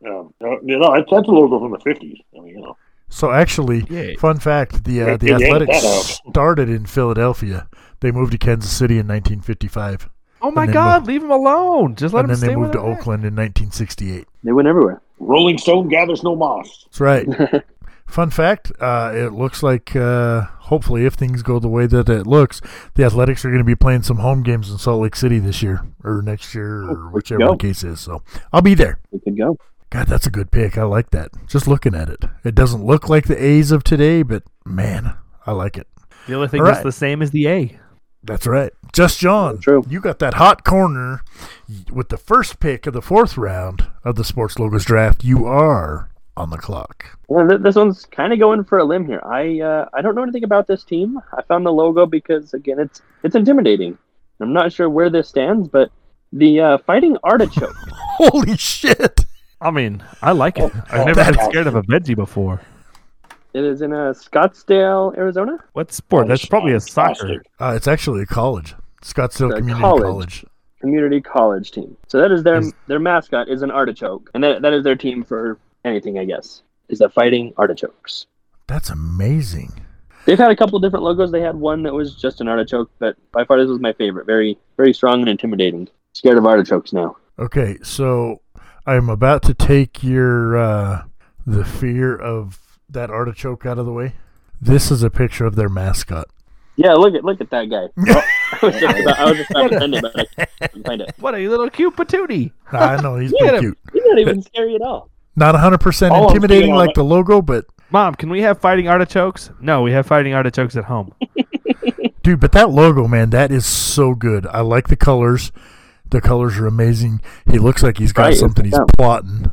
[SPEAKER 3] um, uh, you know, that's, that's a logo from the 50s. I mean, you know.
[SPEAKER 1] So actually,
[SPEAKER 2] Yeah.
[SPEAKER 1] fun fact: the uh,
[SPEAKER 3] It-
[SPEAKER 1] the
[SPEAKER 3] it ain't
[SPEAKER 1] Athletics
[SPEAKER 3] that out.
[SPEAKER 1] started in Philadelphia. They moved to Kansas City in 1955,
[SPEAKER 2] Oh my
[SPEAKER 1] then
[SPEAKER 2] God! leave them alone. Just let
[SPEAKER 1] and
[SPEAKER 2] them
[SPEAKER 1] then
[SPEAKER 2] stay
[SPEAKER 1] they moved to
[SPEAKER 2] where they're at.
[SPEAKER 1] Oakland in 1968.
[SPEAKER 4] They went everywhere.
[SPEAKER 3] Rolling Stone gathers no moss.
[SPEAKER 1] That's right. fun fact: uh, it looks like uh, hopefully, if things go the way that it looks, the Athletics are going to be playing some home games in Salt Lake City this year or next year or whichever
[SPEAKER 4] go.
[SPEAKER 1] the case is. So I'll be there.
[SPEAKER 4] We could go.
[SPEAKER 1] God, that's a good pick. I like that. Just looking at it, it doesn't look like the A's of today, but man, I like it.
[SPEAKER 2] The only thing
[SPEAKER 1] All
[SPEAKER 2] that's
[SPEAKER 1] right.
[SPEAKER 2] the same is the A.
[SPEAKER 1] That's right. Just John.
[SPEAKER 4] True.
[SPEAKER 1] You got that hot corner with the first pick of the fourth round of the Sports Logos draft. You are on the clock.
[SPEAKER 4] Well, th- this one's kind of going for a limb here. I uh, I don't know anything about this team. I found the logo because again, it's it's intimidating. I'm not sure where this stands, but the uh, fighting artichoke.
[SPEAKER 1] Holy shit.
[SPEAKER 2] I mean, I like it.
[SPEAKER 3] oh,
[SPEAKER 2] I've never been
[SPEAKER 3] that's-
[SPEAKER 2] scared of a veggie before.
[SPEAKER 4] it is in uh, Scottsdale, Arizona.
[SPEAKER 2] What sport? That's probably a soccer.
[SPEAKER 3] Oh, Fantastic.
[SPEAKER 1] Uh, it's actually a college, Scottsdale
[SPEAKER 4] The
[SPEAKER 1] Community
[SPEAKER 4] college.
[SPEAKER 1] College.
[SPEAKER 4] community college team. So that is their
[SPEAKER 2] Is-
[SPEAKER 4] their mascot is an artichoke, and that, that is their team for anything, I guess, is the Fighting Artichokes.
[SPEAKER 1] That's amazing.
[SPEAKER 4] They've had a couple different logos. They had one that was just an artichoke, but by far this was my favorite. Very very strong and intimidating. Scared of artichokes now.
[SPEAKER 1] Okay, so I'm about to take your uh, the fear of that artichoke out of the way. This is a picture of their mascot.
[SPEAKER 4] Yeah, look at look at that guy. Oh, I was just about, I was just about to send it, but I couldn't find it.
[SPEAKER 2] What a little cute patootie.
[SPEAKER 1] I know he's
[SPEAKER 4] Get
[SPEAKER 1] pretty
[SPEAKER 4] him.
[SPEAKER 1] cute.
[SPEAKER 4] He's not even scary at all.
[SPEAKER 1] Not 100%
[SPEAKER 3] All I'm
[SPEAKER 1] intimidating
[SPEAKER 3] seeing on
[SPEAKER 1] like
[SPEAKER 3] it-
[SPEAKER 1] the logo, but
[SPEAKER 2] Mom, can we have fighting artichokes? No, we have fighting artichokes at home.
[SPEAKER 1] Dude, but that logo, man, that is so good. I like the colors. The colors are amazing. He looks like he's got
[SPEAKER 4] Right, it's
[SPEAKER 1] something he's
[SPEAKER 4] yeah.
[SPEAKER 1] plotting.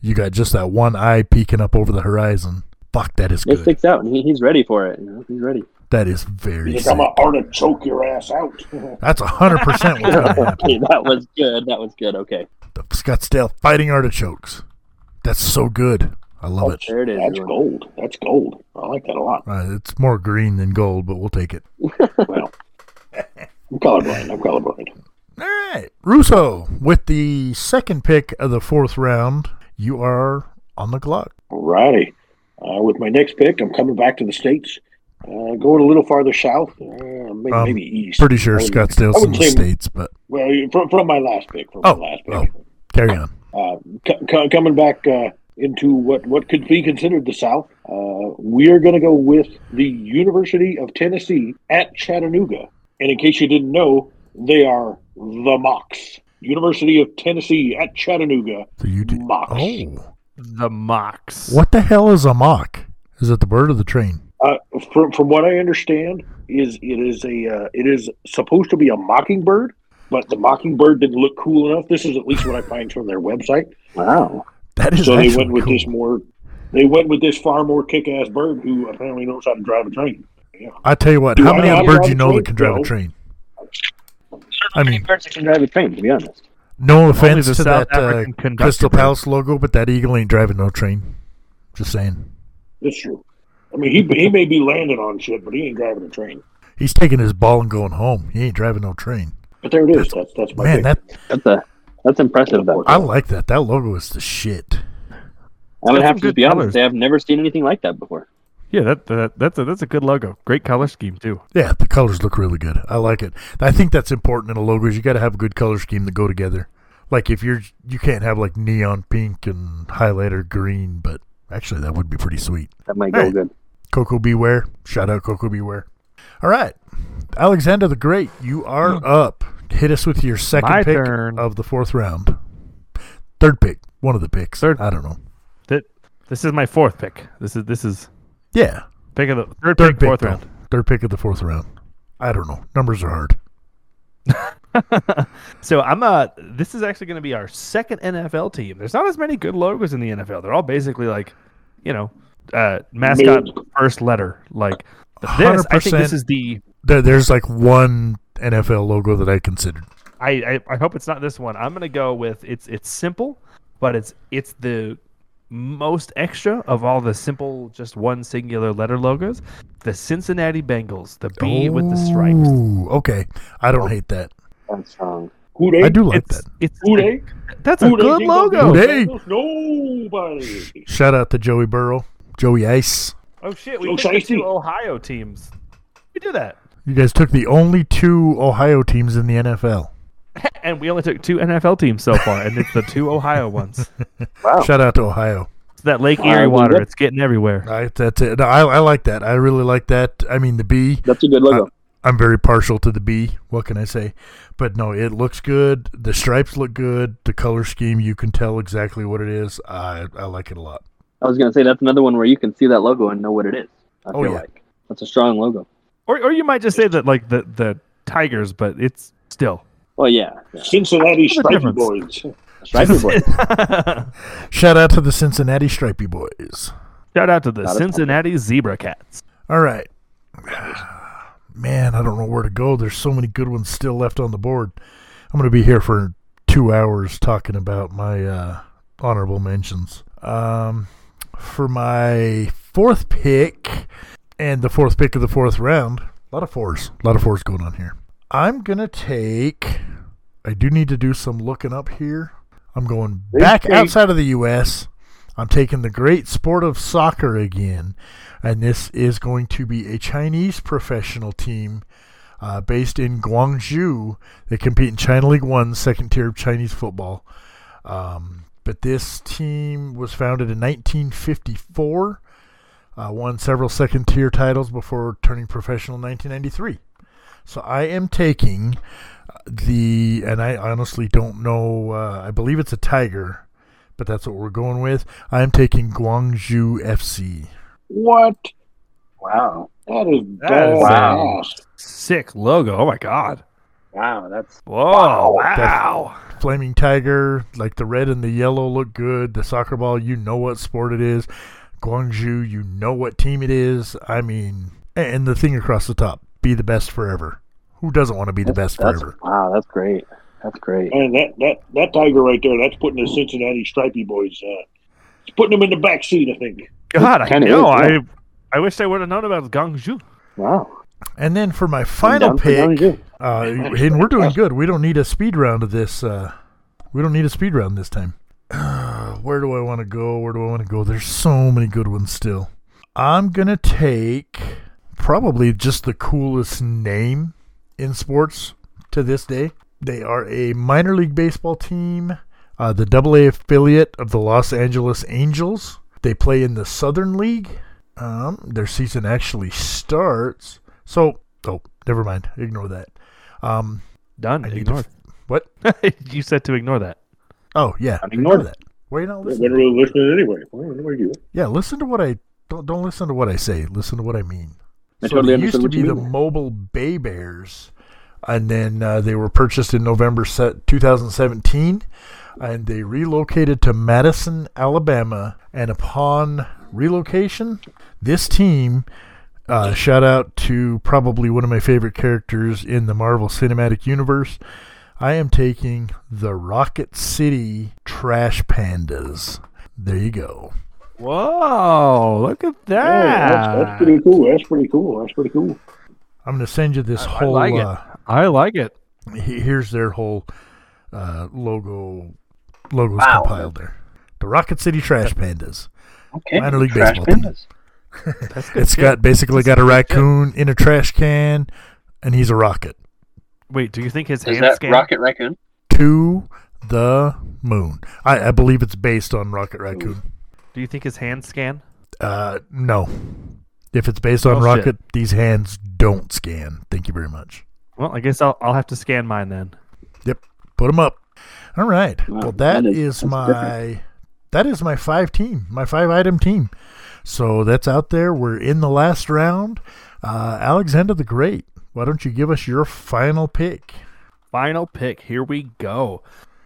[SPEAKER 1] You got just that one eye peeking up over the horizon. Fuck, that is
[SPEAKER 4] It
[SPEAKER 1] good.
[SPEAKER 4] sticks out, and he, he's ready for it. You know? He's ready.
[SPEAKER 1] That is very
[SPEAKER 3] He's like, I'm
[SPEAKER 1] sick.
[SPEAKER 3] an artichoke your ass out.
[SPEAKER 1] That's 100% what's going to happen.
[SPEAKER 4] Okay, that was good. That was good. Okay,
[SPEAKER 1] The Scottsdale Fighting Artichokes. That's so good. I love it.
[SPEAKER 4] Oh, there it is.
[SPEAKER 3] That's
[SPEAKER 4] everyone.
[SPEAKER 3] gold. That's gold. I like that a lot.
[SPEAKER 1] Uh, it's more green than gold, but we'll take it.
[SPEAKER 3] Well, I'm colorblind. I'm colorblind.
[SPEAKER 1] All right. Russo, with the second pick of the fourth round, you are on the clock.
[SPEAKER 3] Alrighty. Uh, with my next pick, I'm coming back to the states. Uh, going a little farther south, uh, maybe,
[SPEAKER 1] Um,
[SPEAKER 3] maybe east.
[SPEAKER 1] Pretty sure
[SPEAKER 3] I would-
[SPEAKER 1] Scottsdale's
[SPEAKER 3] I would
[SPEAKER 1] in the
[SPEAKER 3] say-
[SPEAKER 1] states, but
[SPEAKER 3] Well, from, from my last pick. From
[SPEAKER 1] Oh,
[SPEAKER 3] my last pick.
[SPEAKER 1] oh. carry on.
[SPEAKER 3] Uh, c- c- coming back uh, into what, what could be considered the South, uh, we are going to go with the University of Tennessee at Chattanooga. And in case you didn't know, they are the Mocs. University of Tennessee at Chattanooga.
[SPEAKER 1] So you do.
[SPEAKER 3] Mocs.
[SPEAKER 1] Oh,
[SPEAKER 2] The mocks.
[SPEAKER 1] what the hell is a mock? Is it the bird or the train?
[SPEAKER 3] Uh, from from what I understand, is it is a uh, it is supposed to be a mockingbird, but the mockingbird didn't look cool enough. This is at least what I find from their website.
[SPEAKER 4] Wow.
[SPEAKER 1] That is
[SPEAKER 3] so they
[SPEAKER 1] actually
[SPEAKER 3] went with
[SPEAKER 1] cool.
[SPEAKER 3] this more they went with this far more kick-ass bird who apparently knows how to drive a train
[SPEAKER 1] I tell you what,
[SPEAKER 3] Do
[SPEAKER 1] how
[SPEAKER 3] I
[SPEAKER 1] many
[SPEAKER 3] know
[SPEAKER 1] of
[SPEAKER 3] how
[SPEAKER 1] the
[SPEAKER 3] to
[SPEAKER 1] birds
[SPEAKER 3] drive
[SPEAKER 1] you
[SPEAKER 3] a
[SPEAKER 1] know that
[SPEAKER 3] train?
[SPEAKER 1] can drive a
[SPEAKER 3] No.
[SPEAKER 1] train? I mean,
[SPEAKER 4] Birds that can drive a train, to be honest.
[SPEAKER 1] no offense
[SPEAKER 2] the
[SPEAKER 1] to
[SPEAKER 2] South
[SPEAKER 1] that uh,
[SPEAKER 2] African conductor
[SPEAKER 1] Crystal
[SPEAKER 2] bird.
[SPEAKER 1] Palace logo, but that eagle ain't driving no train. Just saying.
[SPEAKER 3] that's true i mean he, he may be landing on shit but he ain't driving a train
[SPEAKER 1] He's taking his ball and going home. He ain't driving no train.
[SPEAKER 3] but there it is that's that's my
[SPEAKER 1] Man,
[SPEAKER 3] pick.
[SPEAKER 1] that
[SPEAKER 4] That's a that's impressive though.
[SPEAKER 1] I like that. That logo is the shit.
[SPEAKER 4] I would
[SPEAKER 2] That's
[SPEAKER 4] have
[SPEAKER 2] some
[SPEAKER 4] to
[SPEAKER 2] good
[SPEAKER 4] be honest,
[SPEAKER 2] colours.
[SPEAKER 4] they have never seen anything like that before.
[SPEAKER 2] Yeah, that, that that's a that's a good logo. Great color scheme too.
[SPEAKER 1] Yeah, the colors look really good. I like it. I think that's important in a logo. Is you got to have a good color scheme to go together. Like if you're you can't have like neon pink and highlighter green, but actually that would be pretty sweet.
[SPEAKER 4] That might go
[SPEAKER 1] Hey.
[SPEAKER 4] good.
[SPEAKER 1] Coco Beware. Shout out Coco Beware. All right. Alexander the Great, you are up. Hit us with your second
[SPEAKER 2] Hmm. My
[SPEAKER 1] pick
[SPEAKER 2] turn.
[SPEAKER 1] of the fourth round. Third pick. One of the picks.
[SPEAKER 2] Third.
[SPEAKER 1] I don't know.
[SPEAKER 2] That this is my fourth pick. This is this is
[SPEAKER 1] Yeah.
[SPEAKER 2] pick of the third,
[SPEAKER 1] Third
[SPEAKER 2] pick,
[SPEAKER 1] pick.
[SPEAKER 2] fourth
[SPEAKER 1] though.
[SPEAKER 2] round.
[SPEAKER 1] Third pick of the fourth round. I don't know. Numbers are hard.
[SPEAKER 2] So I'm uh this is actually going to be our second NFL team. There's not as many good logos in the NFL. They're all basically like, you know, uh mascot
[SPEAKER 3] Mid.
[SPEAKER 2] first letter. Like this, I think
[SPEAKER 1] 100%.
[SPEAKER 2] this is the
[SPEAKER 1] There, there's like one NFL logo that I considered.
[SPEAKER 2] I, I I hope it's not this one. I'm going to go with it's it's simple, but it's it's the most extra of all the simple just one singular letter logos. The Cincinnati Bengals, the B with the stripes.
[SPEAKER 1] Ooh, okay. I don't hate that.
[SPEAKER 4] That song.
[SPEAKER 3] who they
[SPEAKER 1] I do like
[SPEAKER 2] It's
[SPEAKER 1] that.
[SPEAKER 2] it's
[SPEAKER 3] who they
[SPEAKER 2] that's a
[SPEAKER 3] who they
[SPEAKER 2] good
[SPEAKER 3] think of
[SPEAKER 2] logo.
[SPEAKER 1] Who they?
[SPEAKER 3] themselves? nobody
[SPEAKER 1] Shout out to Joey Burrow, Joey Ice.
[SPEAKER 2] Oh shit, we
[SPEAKER 3] Go
[SPEAKER 2] picked the
[SPEAKER 3] Shiesty.
[SPEAKER 2] two Ohio teams. We do that.
[SPEAKER 1] You guys took the only two Ohio teams in the NFL.
[SPEAKER 2] And we only took two NFL teams so far, and it's the two Ohio ones. It's
[SPEAKER 4] Wow.
[SPEAKER 1] Shout out to Ohio.
[SPEAKER 2] that Lake
[SPEAKER 4] Wow,
[SPEAKER 2] Erie
[SPEAKER 4] we
[SPEAKER 2] water,
[SPEAKER 4] ripped-
[SPEAKER 2] it's getting everywhere.
[SPEAKER 1] I, that's it. No, I, I like that. I really like that. I mean, the B.
[SPEAKER 4] That's a good logo.
[SPEAKER 1] I'm very partial to the B. What can I say? But no, it looks good. The stripes look good. The color scheme, you can tell exactly what it is. I, I like it a lot.
[SPEAKER 4] I was gonna say that's another one where you can see that logo and know what it is. I
[SPEAKER 1] Oh,
[SPEAKER 4] feel
[SPEAKER 1] yeah.
[SPEAKER 4] like that's a strong logo.
[SPEAKER 2] Or or you might just say that like the the Tigers, but it's still.
[SPEAKER 4] Well, Oh, yeah, yeah.
[SPEAKER 3] cincinnati
[SPEAKER 2] What's the
[SPEAKER 3] stripey
[SPEAKER 2] difference?
[SPEAKER 3] boys
[SPEAKER 4] Striper boy.
[SPEAKER 2] Shout
[SPEAKER 1] Shout out to the Cincinnati Stripey Boys.
[SPEAKER 2] out to the
[SPEAKER 4] Not a
[SPEAKER 2] Cincinnati Zebra Cats.
[SPEAKER 1] All right. Man, I don't know where to go. There's so many good ones still left on the board. I'm going to be here for two hours talking about my uh, honorable mentions. Um, for my fourth pick, and the fourth pick of the fourth round, a lot of fours, a lot of fours going on here. I'm going to take. I do need to do some looking up here. I'm going back outside of the U.S. I'm taking the great sport of soccer again, and this is going to be a Chinese professional team uh, based in Guangzhou. They compete in China League One, second tier of Chinese football. Um, but this team was founded in 1954, uh, won several second tier titles before turning professional in 1993. So I am taking uh, the, and I honestly don't know, uh, I believe it's a Tiger, but that's what we're going with. I am taking Guangzhou FC.
[SPEAKER 3] what
[SPEAKER 4] Wow,
[SPEAKER 3] that is
[SPEAKER 2] That is-
[SPEAKER 3] badass.
[SPEAKER 4] Wow.
[SPEAKER 2] Sick logo. Oh my god.
[SPEAKER 4] wow, that's
[SPEAKER 2] Whoa. Wow.
[SPEAKER 4] Wow.
[SPEAKER 1] Flaming Tiger, like the red and the yellow look good. The soccer ball, you know what sport it is. Guangzhou, you know what team it is. I mean, and the thing across the top be the best forever. Who doesn't want to be the best
[SPEAKER 4] that's
[SPEAKER 1] forever?
[SPEAKER 4] wow, that's great. That's great.
[SPEAKER 3] Man, that, that that tiger right there that's putting the cincinnati stripey boys uh it's putting them in the back seat i think
[SPEAKER 2] God, I
[SPEAKER 4] Kinda
[SPEAKER 2] know.
[SPEAKER 4] is, yeah.
[SPEAKER 2] I I wish I would have known about Guangzhou.
[SPEAKER 4] Wow.
[SPEAKER 1] And then for my
[SPEAKER 4] I'm
[SPEAKER 1] final
[SPEAKER 4] down for
[SPEAKER 1] pick,
[SPEAKER 4] Guangzhou.
[SPEAKER 1] uh, and we're doing good. We don't need a speed round of this. Uh, we don't need a speed round this time. where do I want to go? Where do I want to go? There's so many good ones still. I'm going to take probably just the coolest name in sports to this day. They are a minor league baseball team, uh, the double A affiliate of the Los Angeles Angels. They play in the Southern League. Um, their season actually starts. So, oh, never mind. Ignore that. Um,
[SPEAKER 2] Done.
[SPEAKER 1] I need
[SPEAKER 2] Ignore.
[SPEAKER 1] to. What?
[SPEAKER 2] it. you said to ignore that.
[SPEAKER 1] Oh, yeah.
[SPEAKER 4] I'm ignored.
[SPEAKER 1] that. Why you not
[SPEAKER 3] They're
[SPEAKER 1] listening?
[SPEAKER 3] really listening anyway. Well, what are you?
[SPEAKER 1] Yeah, listen to what I don't don't listen to what I say. Listen to what I mean.
[SPEAKER 4] I totally
[SPEAKER 1] they used
[SPEAKER 4] understand
[SPEAKER 1] to
[SPEAKER 4] what
[SPEAKER 1] be
[SPEAKER 4] you
[SPEAKER 1] the
[SPEAKER 4] mean.
[SPEAKER 1] Mobile Bay Bears, and then uh, they were purchased in November se- 2017, and they relocated to Madison, Alabama. And upon relocation, this team. Uh, shout out to probably one of my favorite characters in the Marvel Cinematic Universe. I am taking the Rocket City Trash Pandas. There you go.
[SPEAKER 2] Whoa! Look at
[SPEAKER 3] Oh, that's,
[SPEAKER 2] Ah.
[SPEAKER 3] that's pretty cool. That's pretty cool. That's pretty cool.
[SPEAKER 1] I'm going to send you this
[SPEAKER 2] I
[SPEAKER 1] whole.
[SPEAKER 2] like
[SPEAKER 1] uh,
[SPEAKER 2] it. I like it.
[SPEAKER 1] he- here's their whole uh, logo logos
[SPEAKER 4] Wow.
[SPEAKER 1] compiled there. The Rocket City Trash Pandas.
[SPEAKER 4] Okay.
[SPEAKER 1] Minor league
[SPEAKER 4] Trash
[SPEAKER 1] baseball team.
[SPEAKER 4] pandas.
[SPEAKER 2] That's good
[SPEAKER 1] It's
[SPEAKER 2] shit.
[SPEAKER 1] got basically got a raccoon in a trash can, and he's a rocket
[SPEAKER 2] Wait, do you think his
[SPEAKER 4] Is
[SPEAKER 2] hand
[SPEAKER 4] that
[SPEAKER 2] scan?
[SPEAKER 4] Rocket Raccoon?
[SPEAKER 1] to the moon. I, I believe it's based on Rocket Raccoon.
[SPEAKER 2] Do you think his hand scan?
[SPEAKER 1] Uh, no, if it's based on
[SPEAKER 2] Well, shit.
[SPEAKER 1] Rocket, these hands don't scan. Thank you very much.
[SPEAKER 2] Well, I guess I'll I'll have to scan mine then.
[SPEAKER 1] Put them up. All right.
[SPEAKER 4] Wow,
[SPEAKER 1] well, that
[SPEAKER 4] that is-
[SPEAKER 1] is
[SPEAKER 4] that's
[SPEAKER 1] my
[SPEAKER 4] different.
[SPEAKER 1] that is my five team, my five item team. So that's out there. We're in the last round. Uh, Alexander the Great. Why don't you give us your final pick?
[SPEAKER 2] final pick. Here we go.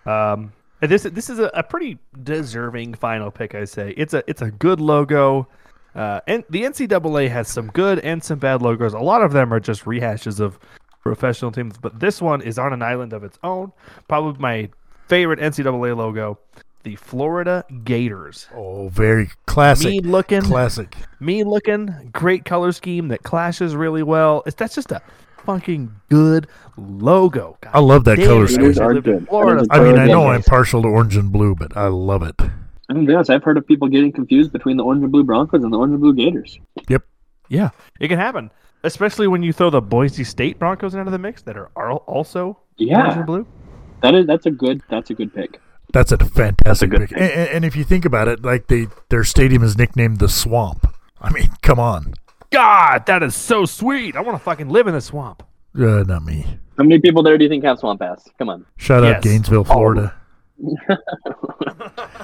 [SPEAKER 2] Um, and this this is a, a pretty deserving final pick, I say. It's a it's a good logo. Uh, and the NCAA has some good and some bad logos. A lot of them are just rehashes of professional teams, but this one is on an island of its own. Probably my favorite NCAA logo, the Florida Gators.
[SPEAKER 1] Oh, very classic,
[SPEAKER 2] Mean looking,
[SPEAKER 1] classic.
[SPEAKER 2] mean looking, great color scheme that clashes really well. It's that's just a fucking good logo. God
[SPEAKER 1] I love that
[SPEAKER 2] damn
[SPEAKER 1] color
[SPEAKER 2] it,
[SPEAKER 1] scheme.
[SPEAKER 2] I
[SPEAKER 4] Are
[SPEAKER 2] live in
[SPEAKER 4] good.
[SPEAKER 2] Florida.
[SPEAKER 1] I mean, I know
[SPEAKER 4] Yeah.
[SPEAKER 1] I'm partial to orange and blue, but I love it.
[SPEAKER 4] I'm gonna be honest, I've heard of people getting confused between the orange and blue Broncos and the orange and blue Gators.
[SPEAKER 2] Yeah, it can happen, especially when you throw the Boise State Broncos into the mix that are al- also orange
[SPEAKER 4] Yeah,
[SPEAKER 2] and blue.
[SPEAKER 4] that is that's a good that's a good pick.
[SPEAKER 1] That's a fantastic
[SPEAKER 4] good
[SPEAKER 1] pick. And, and and if you think about it, like they their stadium is nicknamed the Swamp. I mean, come on.
[SPEAKER 2] God, that is so sweet. I want to fucking live in the swamp.
[SPEAKER 1] Uh, not me.
[SPEAKER 4] How many people there do you think have swamp ass? Come on,
[SPEAKER 1] Shout
[SPEAKER 2] Yes.
[SPEAKER 1] out Gainesville, Florida.
[SPEAKER 3] Oh.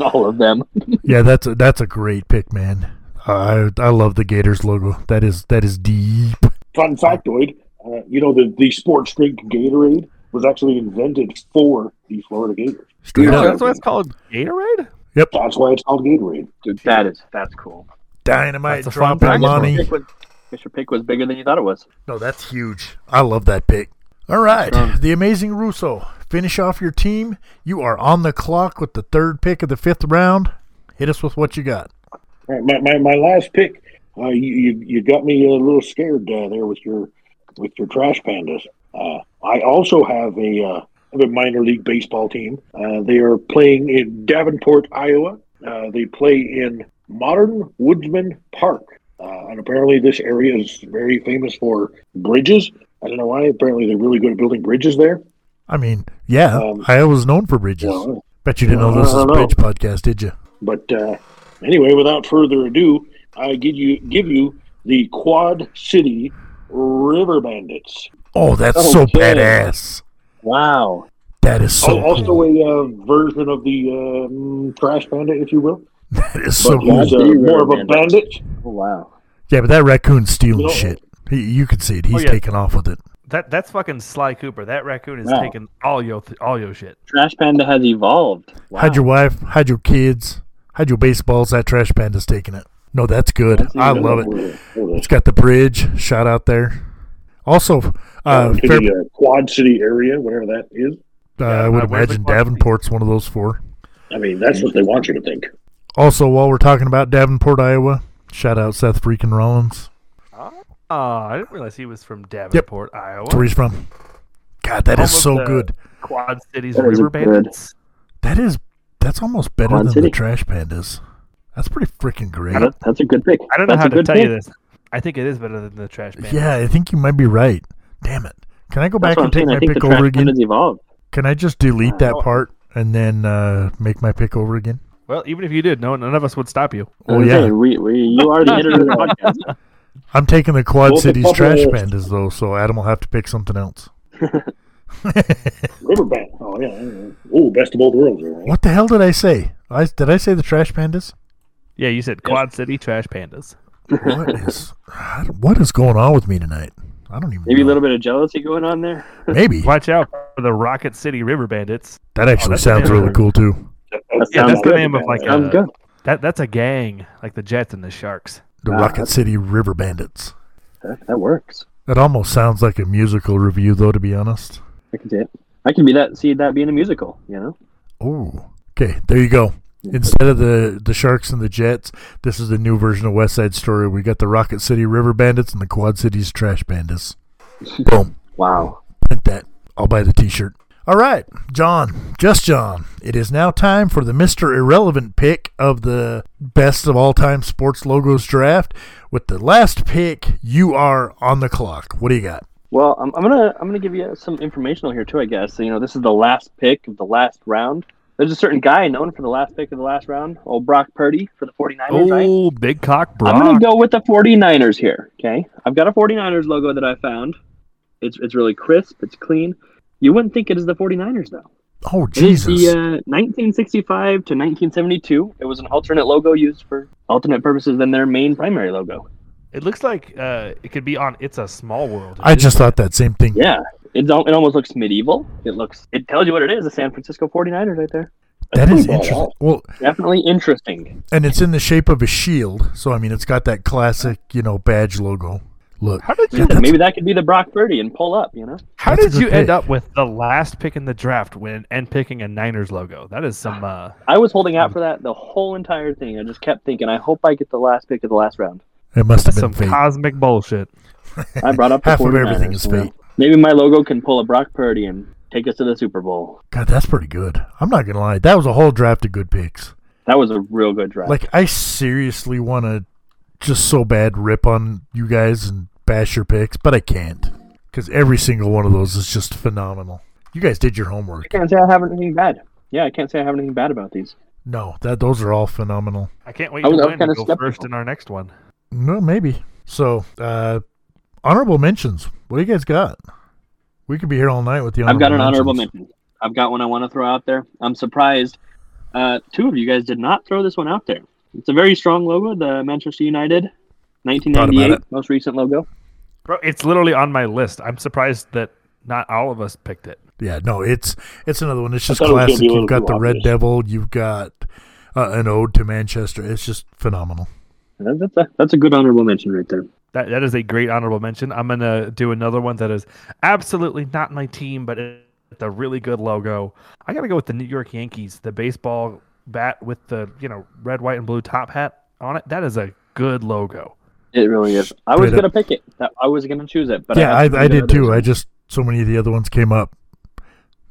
[SPEAKER 4] all of them.
[SPEAKER 1] Yeah, that's a, that's a great pick, man. I I love the Gators logo. That is that is deep.
[SPEAKER 3] Fun factoid: uh, you know the the sports drink Gatorade was actually invented for the Florida Gators.
[SPEAKER 1] Straight
[SPEAKER 4] Yeah.
[SPEAKER 2] Oh,
[SPEAKER 1] up.
[SPEAKER 2] that's why it's called Gatorade.
[SPEAKER 3] That's why it's called Gatorade.
[SPEAKER 4] Dude, that is that's cool.
[SPEAKER 1] Dynamite
[SPEAKER 2] That's a
[SPEAKER 1] drop
[SPEAKER 2] fun
[SPEAKER 1] on money.
[SPEAKER 2] pick.
[SPEAKER 4] Your pick was, Mr. Pick was bigger than you thought it was.
[SPEAKER 1] No, that's huge. I love that pick. All right,
[SPEAKER 4] Strong.
[SPEAKER 1] the amazing Russo. Finish off your team. You are on the clock with the third pick of the fifth round. Hit us with what you got.
[SPEAKER 3] All right, my, my, my last pick. Uh, you, you you got me a little scared uh, there with your with your trash pandas. Uh, I also have a uh, have a minor league baseball team. Uh, they are playing in Davenport, Iowa. Uh, they play in Modern Woodsman Park, uh, and apparently this area is very famous for bridges. I don't know why. Apparently they're really good at building bridges there.
[SPEAKER 1] I mean, yeah,
[SPEAKER 3] Um,
[SPEAKER 1] I was known for bridges.
[SPEAKER 3] Uh,
[SPEAKER 1] Bet you didn't know
[SPEAKER 3] I
[SPEAKER 1] this is a
[SPEAKER 3] don't know.
[SPEAKER 1] bridge podcast, did you?
[SPEAKER 3] But uh, anyway, without further ado, I give you give you the Quad City River Bandits.
[SPEAKER 1] Oh, that's so
[SPEAKER 4] Okay.
[SPEAKER 1] badass.
[SPEAKER 4] Wow.
[SPEAKER 1] That is so
[SPEAKER 3] Al also
[SPEAKER 1] cool.
[SPEAKER 3] a uh, version of the um, Trash Bandit, if you will,
[SPEAKER 1] That is so
[SPEAKER 3] but
[SPEAKER 1] cool.
[SPEAKER 3] he's uh,
[SPEAKER 4] River
[SPEAKER 3] more of a
[SPEAKER 4] Bandit.
[SPEAKER 3] bandit.
[SPEAKER 4] Oh, wow.
[SPEAKER 1] Yeah, but that raccoon's stealing
[SPEAKER 3] You know-
[SPEAKER 1] shit. He, you can see it.
[SPEAKER 4] Oh,
[SPEAKER 1] He's
[SPEAKER 2] yeah.
[SPEAKER 1] taking off with it.
[SPEAKER 2] That that's fucking Sly Cooper. That raccoon is
[SPEAKER 4] Wow.
[SPEAKER 2] taking all your th- all your shit.
[SPEAKER 4] Trash Panda has evolved. Wow.
[SPEAKER 1] Hide your wife, hide your kids, hide your baseballs. That trash panda's taking it. No, that's good.
[SPEAKER 4] That's
[SPEAKER 1] I
[SPEAKER 4] even
[SPEAKER 1] love it.
[SPEAKER 3] Over, over
[SPEAKER 1] It's got the bridge shot out there. Also, uh,
[SPEAKER 3] to
[SPEAKER 1] fair,
[SPEAKER 3] the uh, Quad City area, whatever that is.
[SPEAKER 1] uh,
[SPEAKER 2] yeah,
[SPEAKER 1] I would
[SPEAKER 2] uh, where's the
[SPEAKER 1] imagine
[SPEAKER 2] quantity?
[SPEAKER 1] Davenport's one of those four.
[SPEAKER 3] I mean, that's what they want you to think.
[SPEAKER 1] Also, while we're talking about Davenport, Iowa, shout out Seth freaking Rollins.
[SPEAKER 2] Oh, I didn't realize he was from Davenport, Iowa.
[SPEAKER 1] That's where he's from. God, that is
[SPEAKER 2] Almost,
[SPEAKER 1] so
[SPEAKER 2] uh,
[SPEAKER 1] good.
[SPEAKER 2] Quad Cities
[SPEAKER 4] That is
[SPEAKER 2] River
[SPEAKER 4] good.
[SPEAKER 2] Bandits.
[SPEAKER 1] That is That's almost better
[SPEAKER 4] Quad
[SPEAKER 1] than the
[SPEAKER 4] City.
[SPEAKER 1] Trash Pandas. That's pretty freaking great.
[SPEAKER 4] That- that's a good pick.
[SPEAKER 2] I don't know
[SPEAKER 4] That's
[SPEAKER 2] how
[SPEAKER 4] a
[SPEAKER 2] to
[SPEAKER 4] good
[SPEAKER 2] tell
[SPEAKER 4] pick.
[SPEAKER 2] you this. I think it is better than the trash band.
[SPEAKER 1] Yeah, I think you might be right. Damn it. Can I go back
[SPEAKER 4] That's what
[SPEAKER 1] and
[SPEAKER 4] I'm
[SPEAKER 1] take
[SPEAKER 4] saying. I
[SPEAKER 1] my
[SPEAKER 4] think the
[SPEAKER 1] pick over
[SPEAKER 4] trash
[SPEAKER 1] again?
[SPEAKER 4] pandas evolved.
[SPEAKER 1] Can I just delete that
[SPEAKER 4] Oh.
[SPEAKER 1] part and then uh, make my pick over again?
[SPEAKER 2] Well, even if you did, no, none of us would stop you.
[SPEAKER 1] Oh,
[SPEAKER 4] I'm
[SPEAKER 1] yeah.
[SPEAKER 4] saying, we, we, you already entered the podcast.
[SPEAKER 1] I'm taking the Quad
[SPEAKER 3] Well, the
[SPEAKER 1] Cities
[SPEAKER 3] couple-
[SPEAKER 1] Trash Pandas, though, so Adam will have to pick something else.
[SPEAKER 3] Riverbank. Oh yeah. yeah. Oh, best of both worlds. There, right?
[SPEAKER 1] What the hell did I say? I, did I say the Trash Pandas?
[SPEAKER 2] Yeah, you said Quad City Trash Pandas.
[SPEAKER 1] What is I don't- what is going on with me tonight? I don't even
[SPEAKER 4] Maybe a
[SPEAKER 1] know.
[SPEAKER 4] little bit of jealousy going on there.
[SPEAKER 1] Maybe
[SPEAKER 2] Watch out for the Rocket City River Bandits.
[SPEAKER 1] that actually
[SPEAKER 2] that's a
[SPEAKER 1] sounds
[SPEAKER 2] different-
[SPEAKER 1] really cool too.
[SPEAKER 4] That
[SPEAKER 2] Yeah,
[SPEAKER 4] sounds
[SPEAKER 2] that's the
[SPEAKER 4] good.
[SPEAKER 2] name of like
[SPEAKER 4] Sounds
[SPEAKER 2] a,
[SPEAKER 4] good.
[SPEAKER 2] That that's a gang, like the Jets and the Sharks.
[SPEAKER 1] The
[SPEAKER 4] Ah,
[SPEAKER 1] Rocket City River Bandits.
[SPEAKER 4] That, that works.
[SPEAKER 1] That almost sounds like a musical review, though. To be honest.
[SPEAKER 4] I can see it. I can be that. See that being a musical. You know.
[SPEAKER 1] Oh, okay. There you go. Instead of the the Sharks and the Jets, this is the new version of West Side Story. We got the Rocket City River Bandits and the Quad Cities Trash Bandits. Boom.
[SPEAKER 4] Wow.
[SPEAKER 1] Print that. I'll buy the T-shirt. All right, John, just John. It is now time for the Mister Irrelevant pick of the best of all time sports logos draft. With the last pick, you are on the clock. What do you got?
[SPEAKER 4] Well, I'm, I'm gonna I'm gonna give you some informational here too. I guess so, you know this is the last pick of the last round. There's a certain guy known for the last pick of the last round, old Brock Purdy for the 49ers. right?
[SPEAKER 2] Oh, big cock Brock.
[SPEAKER 4] I'm going to go with the 49ers here. Okay. I've got a 49ers logo that I found. It's, it's really crisp. It's clean. You wouldn't think it is the 49ers, though.
[SPEAKER 1] Oh
[SPEAKER 4] It is
[SPEAKER 1] Jesus!
[SPEAKER 4] the uh, 1965 to 1972. It was an alternate logo used for alternate purposes than their main primary logo.
[SPEAKER 2] It looks like uh, it could be on It's a Small World.
[SPEAKER 1] I just thought that same thing.
[SPEAKER 4] Yeah. It, al- it almost looks medieval. It looks, it tells you what it is the San Francisco 49ers right there.
[SPEAKER 1] that is
[SPEAKER 3] pretty ball
[SPEAKER 1] interesting.
[SPEAKER 3] out.
[SPEAKER 1] Well,
[SPEAKER 4] Definitely interesting.
[SPEAKER 1] and it's in the shape of a shield, so I mean, it's got that classic, you know, badge logo. Look,
[SPEAKER 2] How did
[SPEAKER 1] Yeah,
[SPEAKER 2] you?
[SPEAKER 1] that's-
[SPEAKER 4] Maybe that could be the Brock Purdy and pull up, you know?
[SPEAKER 2] How
[SPEAKER 1] that's a
[SPEAKER 2] did
[SPEAKER 1] good
[SPEAKER 2] you end
[SPEAKER 1] pick.
[SPEAKER 2] up with the last pick in the draft when and picking a Niners logo? That is some. Uh,
[SPEAKER 4] I was holding out for that the whole entire thing. I just kept thinking, I hope I get the last pick of the last round.
[SPEAKER 1] it must have
[SPEAKER 2] that's
[SPEAKER 1] been
[SPEAKER 2] some
[SPEAKER 1] fake.
[SPEAKER 2] cosmic bullshit.
[SPEAKER 4] I brought up the
[SPEAKER 1] Half of
[SPEAKER 4] 49ers,
[SPEAKER 1] everything is
[SPEAKER 4] you know?
[SPEAKER 1] fate.
[SPEAKER 4] Maybe my logo can pull a Brock Purdy and take us to the Super Bowl.
[SPEAKER 1] God, that's pretty good. I'm not gonna lie. That was a whole draft of good picks.
[SPEAKER 4] That was a real good drive.
[SPEAKER 1] Like I seriously want to just so bad rip on you guys and bash your picks, but I can't because every single one of those is just phenomenal. You guys did your
[SPEAKER 4] I
[SPEAKER 1] homework.
[SPEAKER 4] can't say I have anything bad. Yeah, I can't say I have anything bad about these.
[SPEAKER 1] No, that those are all phenomenal.
[SPEAKER 2] I can't wait
[SPEAKER 4] I was-
[SPEAKER 2] to
[SPEAKER 4] I was
[SPEAKER 2] win and
[SPEAKER 4] kinda
[SPEAKER 2] go
[SPEAKER 4] skeptical.
[SPEAKER 2] first in our next one.
[SPEAKER 1] No, maybe. So, uh, honorable mentions. What do you guys got? We could be here all night with the.
[SPEAKER 4] I've
[SPEAKER 1] Honorable
[SPEAKER 4] got an honorable
[SPEAKER 1] mentions.
[SPEAKER 4] mention. I've got one I want to throw out there. I'm surprised uh, two of you guys did not throw this one out there. It's a very strong logo, the Manchester United
[SPEAKER 1] about
[SPEAKER 4] 1998
[SPEAKER 1] it.
[SPEAKER 4] most recent logo.
[SPEAKER 2] Bro, it's literally on my list. I'm surprised that not all of us picked it.
[SPEAKER 1] Yeah, no, it's it's another one. It's just
[SPEAKER 3] thought it was gonna
[SPEAKER 1] classic.
[SPEAKER 3] be a
[SPEAKER 1] You've
[SPEAKER 3] little
[SPEAKER 1] got
[SPEAKER 3] too
[SPEAKER 1] the Red
[SPEAKER 3] obvious.
[SPEAKER 1] Devil. You've got uh, an ode to Manchester. It's just phenomenal.
[SPEAKER 4] That- Uh, That's a, that's a good honorable mention right there.
[SPEAKER 2] That that is a great honorable mention. I'm gonna do another one that is absolutely not my team, but it's a really good logo. I gotta go with the New York Yankees, the baseball bat with the you know red, white, and blue top hat on it. That is a good logo.
[SPEAKER 4] It really is. I was
[SPEAKER 1] Straight
[SPEAKER 4] gonna pick it. That- I was gonna choose it, but
[SPEAKER 1] yeah,
[SPEAKER 4] had some
[SPEAKER 1] I, I
[SPEAKER 4] good
[SPEAKER 1] did too.
[SPEAKER 4] others.
[SPEAKER 1] I just so many of the other ones came up.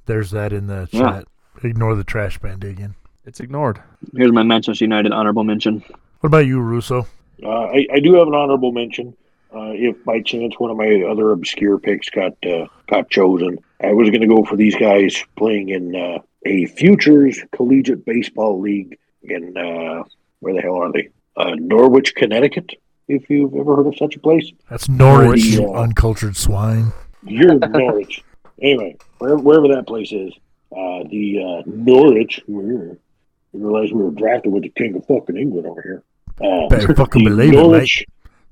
[SPEAKER 1] There's that in the
[SPEAKER 4] Yeah.
[SPEAKER 1] chat. Ignore the trash band again.
[SPEAKER 2] It's ignored.
[SPEAKER 4] Here's my Manchester United honorable mention.
[SPEAKER 1] What about you, Russo?
[SPEAKER 3] Uh, I, I do have an honorable mention. Uh, if by chance one of my other obscure picks got uh, got chosen, I was going to go for these guys playing in uh, a futures collegiate baseball league in uh, where the hell are they? Uh, Norwich, Connecticut. If you've ever heard of such a place,
[SPEAKER 1] That's Norwich, you
[SPEAKER 3] Norwich.
[SPEAKER 1] uncultured swine.
[SPEAKER 3] you're Norwich. Anyway, wherever, wherever that place is, uh, the uh, Norwich. You realize we were drafted with the king of fucking England over here. Uh,
[SPEAKER 1] Better fucking
[SPEAKER 3] the
[SPEAKER 1] believe it, mate.
[SPEAKER 3] Norwich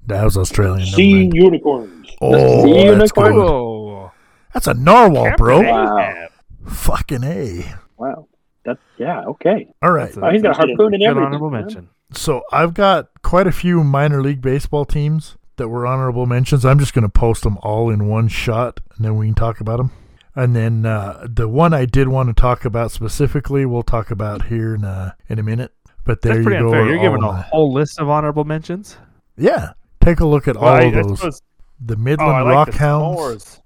[SPEAKER 1] That was Australian. never
[SPEAKER 3] Sea
[SPEAKER 1] mind.
[SPEAKER 3] Unicorns.
[SPEAKER 1] Oh,
[SPEAKER 4] sea
[SPEAKER 1] that's
[SPEAKER 4] unicorn.
[SPEAKER 1] good.
[SPEAKER 2] Whoa,
[SPEAKER 1] That's a narwhal, bro.
[SPEAKER 4] Wow.
[SPEAKER 1] Fucking a.
[SPEAKER 4] Wow. That's yeah, okay.
[SPEAKER 1] All right.
[SPEAKER 4] Wow, he's got a
[SPEAKER 3] That's
[SPEAKER 4] harpoon and
[SPEAKER 2] Good
[SPEAKER 4] everything.
[SPEAKER 2] honorable
[SPEAKER 4] man.
[SPEAKER 2] mention.
[SPEAKER 1] So I've got quite a few minor league baseball teams that were honorable mentions. I'm just going to post them all in one shot, and then we can talk about them. And then uh, the one I did want to talk about specifically, we'll talk about here in a, in a minute. But there
[SPEAKER 2] That's
[SPEAKER 1] you
[SPEAKER 2] pretty
[SPEAKER 1] go.
[SPEAKER 2] unfair.
[SPEAKER 1] are
[SPEAKER 2] You're
[SPEAKER 1] all
[SPEAKER 2] giving a
[SPEAKER 1] my-
[SPEAKER 2] whole list of honorable mentions.
[SPEAKER 1] yeah. Take a look at all
[SPEAKER 2] Well, I-
[SPEAKER 1] of
[SPEAKER 2] I
[SPEAKER 1] those.
[SPEAKER 2] suppose-
[SPEAKER 1] the
[SPEAKER 2] oh,
[SPEAKER 1] Midland
[SPEAKER 2] I like the
[SPEAKER 1] Rockhounds.
[SPEAKER 2] s'mores.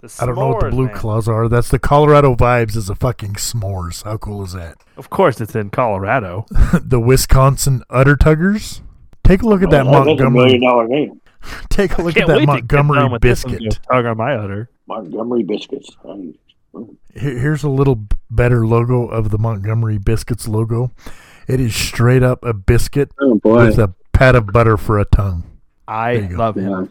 [SPEAKER 5] The
[SPEAKER 1] I don't know what the
[SPEAKER 5] s'mores,
[SPEAKER 1] blue
[SPEAKER 5] man.
[SPEAKER 1] claws are. That's the Colorado vibes is a fucking s'mores. How cool is that?
[SPEAKER 2] Of course, it's in Colorado.
[SPEAKER 1] the Wisconsin Utter Tuggers. Take a look at that
[SPEAKER 3] Oh, That's a
[SPEAKER 1] Montgomery.
[SPEAKER 3] million dollar name.
[SPEAKER 1] Take a look at
[SPEAKER 2] Can't
[SPEAKER 1] that
[SPEAKER 2] wait to get done
[SPEAKER 1] Montgomery
[SPEAKER 2] with this one,
[SPEAKER 1] biscuit.
[SPEAKER 2] just Tug on my udder.
[SPEAKER 3] Montgomery biscuits. Um,
[SPEAKER 1] Here- Here's a little b- better logo of the Montgomery biscuits logo. It is straight up a biscuit
[SPEAKER 4] Oh boy.
[SPEAKER 1] with a pat of butter for a tongue.
[SPEAKER 2] I
[SPEAKER 1] There you go.
[SPEAKER 2] love him.
[SPEAKER 4] Yeah.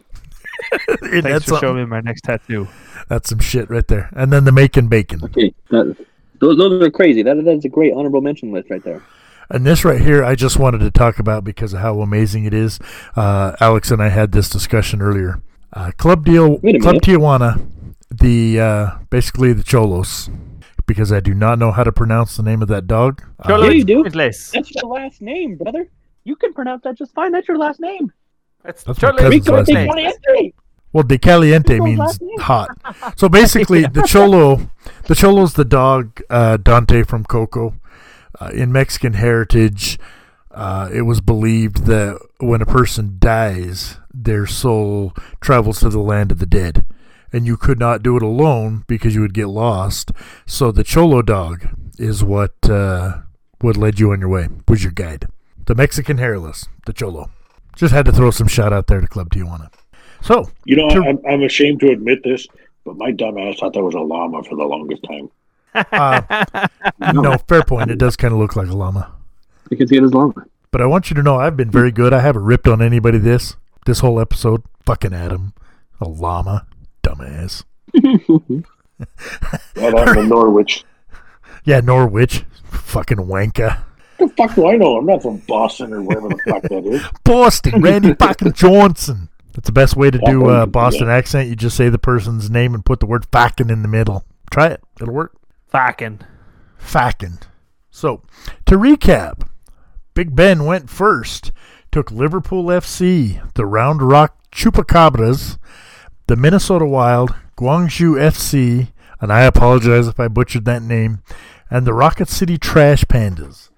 [SPEAKER 1] That's
[SPEAKER 2] Thanks for
[SPEAKER 1] something.
[SPEAKER 2] showing me my next tattoo.
[SPEAKER 1] That's some shit right there. And then the Macon Bacon.
[SPEAKER 4] Okay. That, those, those are crazy. That that's a great honorable mention list right there.
[SPEAKER 1] And this right here, I just wanted to talk about because of how amazing it is. Uh, Alex and I had this discussion earlier. Uh, Club Deal,
[SPEAKER 4] Wait a
[SPEAKER 1] Club
[SPEAKER 4] minute.
[SPEAKER 1] Tijuana, the uh, basically the Cholos, because I do not know how to pronounce the name of that dog. Uh,
[SPEAKER 5] Cholo
[SPEAKER 4] Yeah, you do.
[SPEAKER 5] Frijoles.
[SPEAKER 4] That's your last name, brother. You can pronounce that just fine. That's your last name.
[SPEAKER 5] That's
[SPEAKER 1] That's
[SPEAKER 5] Cholo
[SPEAKER 1] my
[SPEAKER 4] We
[SPEAKER 1] cousin's
[SPEAKER 4] go
[SPEAKER 1] last
[SPEAKER 4] take
[SPEAKER 5] Frijoles.
[SPEAKER 1] name.
[SPEAKER 4] one entry.
[SPEAKER 1] Well, De Caliente
[SPEAKER 4] People's
[SPEAKER 1] means
[SPEAKER 4] last name.
[SPEAKER 1] hot. So basically, the Cholo, the Cholo's the dog uh, Dante from Coco. Uh, in Mexican heritage, uh, it was believed that when a person dies, their soul travels to the land of the dead. And you could not do it alone because you would get lost. So the Cholo dog is what uh, what led you on your way, was your guide. The Mexican hairless, the Cholo. Just had to throw some shot out there to Club Tijuana. So,
[SPEAKER 3] you know,
[SPEAKER 1] Sure.
[SPEAKER 3] I'm, I'm ashamed to admit this, but my dumbass thought that was a llama for the longest time.
[SPEAKER 1] Uh, no, fair point. It does kind of look like a llama.
[SPEAKER 4] Because he had his long.
[SPEAKER 1] But I want you to know I've been very good. I haven't ripped on anybody this this whole episode. Fucking Adam, a llama, dumbass.
[SPEAKER 3] That happened in Norwich.
[SPEAKER 1] Yeah, Norwich, fucking wanker.
[SPEAKER 3] The fuck do I know? I'm not from Boston or wherever the fuck that is.
[SPEAKER 1] Boston, Randy fucking Johnson. That's the best way to do a Boston accent. You just say the person's name and put the word fucking in the middle. Try it. It'll work.
[SPEAKER 5] Fucking.
[SPEAKER 1] Fucking. So, to recap, Big Ben went first, took Liverpool FC, the Round Rock Chupacabras, the Minnesota Wild, Guangzhou FC, and I apologize if I butchered that name, and the Rocket City Trash Pandas.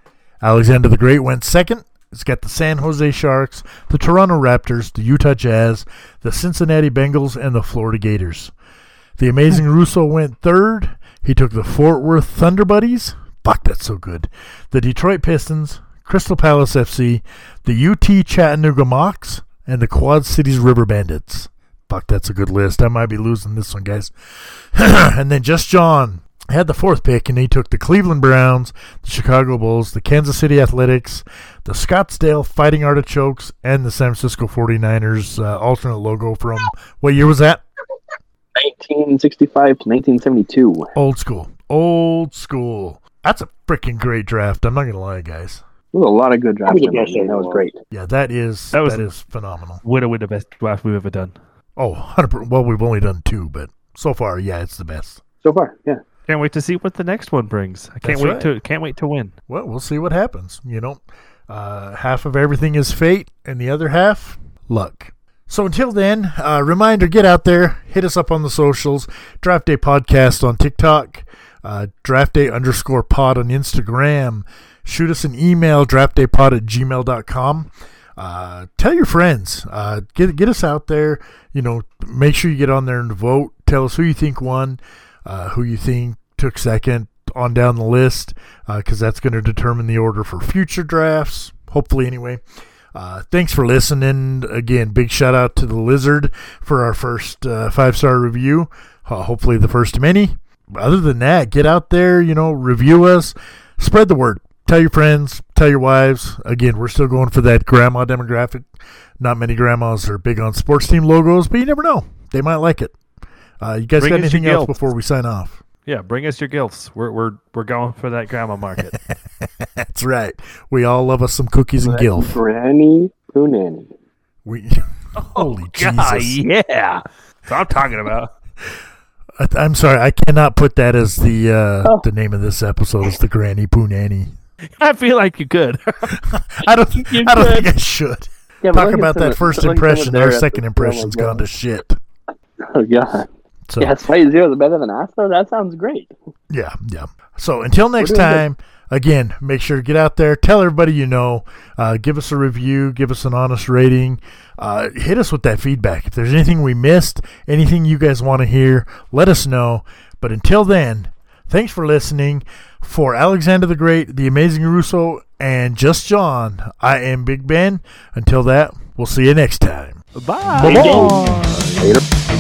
[SPEAKER 1] Alexander the Great went second. It's got the San Jose Sharks, the Toronto Raptors, the Utah Jazz, the Cincinnati Bengals, and the Florida Gators. The amazing Russo went third. He took the Fort Worth Thunder Buddies. Fuck, that's so good. The Detroit Pistons, Crystal Palace FC, the UT Chattanooga Mocs, and the Quad Cities River Bandits. Fuck, that's a good list. I might be losing this one, guys. and then Just John had the fourth pick, and he took the Cleveland Browns, the Chicago Bulls, the Kansas City Athletics, the Scottsdale Fighting Artichokes, and the San Francisco 49ers uh, alternate logo from what year was that?
[SPEAKER 4] 1965 to 1972.
[SPEAKER 1] Old school. Old school. That's a freaking great draft. I'm not gonna lie, guys.
[SPEAKER 4] There was a lot of good drafts.
[SPEAKER 3] was a
[SPEAKER 4] in that
[SPEAKER 3] guess
[SPEAKER 4] year. That was
[SPEAKER 3] overall.
[SPEAKER 4] great.
[SPEAKER 1] Yeah, that is that,
[SPEAKER 2] That was-
[SPEAKER 1] that is phenomenal.
[SPEAKER 2] Would have been the best draft we've ever done.
[SPEAKER 1] Oh, 100%. Well, we've only done two, but so far, yeah, it's the best.
[SPEAKER 4] So far, yeah.
[SPEAKER 2] Can't wait to see what the next one brings. I can't
[SPEAKER 1] That's
[SPEAKER 2] wait
[SPEAKER 1] right.
[SPEAKER 2] to can't wait to win.
[SPEAKER 1] Well, we'll see what happens. You know, uh, half of everything is fate, and the other half, luck. So until then, uh, reminder: get out there, hit us up on the socials. Draft Day Podcast on TikTok, uh, Draft Day underscore Pod on Instagram. Shoot us an email: draftdaypod at gmail.com. Uh, tell your friends. Uh, get get us out there. You know, make sure you get on there and vote. Tell us who you think won, uh, who you think took second on down the list, because that's going to determine the order for future drafts. Hopefully, anyway. Uh, thanks for listening. Again, big shout out to the Lizard for our first uh, five star review. Uh, hopefully, the first of many. Other than that, get out there, you know, review us, spread the word, tell your friends, tell your wives. Again, we're still going for that grandma demographic. Not many grandmas are big on sports team logos, but you never know. They might like it. Uh, you guys
[SPEAKER 2] Bring
[SPEAKER 1] got
[SPEAKER 2] us your
[SPEAKER 1] anything else
[SPEAKER 2] guilt.
[SPEAKER 1] before we sign off?
[SPEAKER 2] Yeah, bring us your gifts. We're we're we're going for that grandma market.
[SPEAKER 1] That's right. We all love us some cookies and gilf.
[SPEAKER 4] Granny Poonanny.
[SPEAKER 1] We,
[SPEAKER 2] Oh,
[SPEAKER 1] holy
[SPEAKER 5] God,
[SPEAKER 1] Jesus!
[SPEAKER 5] yeah. That's what I'm talking about.
[SPEAKER 1] I, I'm sorry, I cannot put that as the uh,
[SPEAKER 4] Oh.
[SPEAKER 1] the name of this episode. It's the Granny Poonanny.
[SPEAKER 5] I feel like you could.
[SPEAKER 1] I don't.
[SPEAKER 4] You
[SPEAKER 1] I don't
[SPEAKER 4] could.
[SPEAKER 1] think I should
[SPEAKER 4] Yeah, but
[SPEAKER 1] talk
[SPEAKER 4] look at
[SPEAKER 1] about
[SPEAKER 4] some
[SPEAKER 1] that
[SPEAKER 4] of-
[SPEAKER 1] first
[SPEAKER 4] look at some of
[SPEAKER 1] impression.
[SPEAKER 4] their
[SPEAKER 1] Our
[SPEAKER 4] episodes.
[SPEAKER 1] second impression's
[SPEAKER 4] Oh my
[SPEAKER 1] gone to
[SPEAKER 4] God.
[SPEAKER 1] shit.
[SPEAKER 4] Oh, God.
[SPEAKER 1] So
[SPEAKER 4] Yeah, Slight Zero is better than Astro. That sounds great.
[SPEAKER 1] yeah, yeah. So until next
[SPEAKER 4] doing good.
[SPEAKER 1] time, again, make sure to get out there, tell everybody you know, uh, give us a review, give us an honest rating, uh, hit us with that feedback. If there's anything we missed, anything you guys want to hear, let us know. But until then, thanks for listening. For Alexander the Great, the Amazing Russo, and Just John, I am Big Ben. Until that, we'll see you next time.
[SPEAKER 2] Bye.
[SPEAKER 3] Later.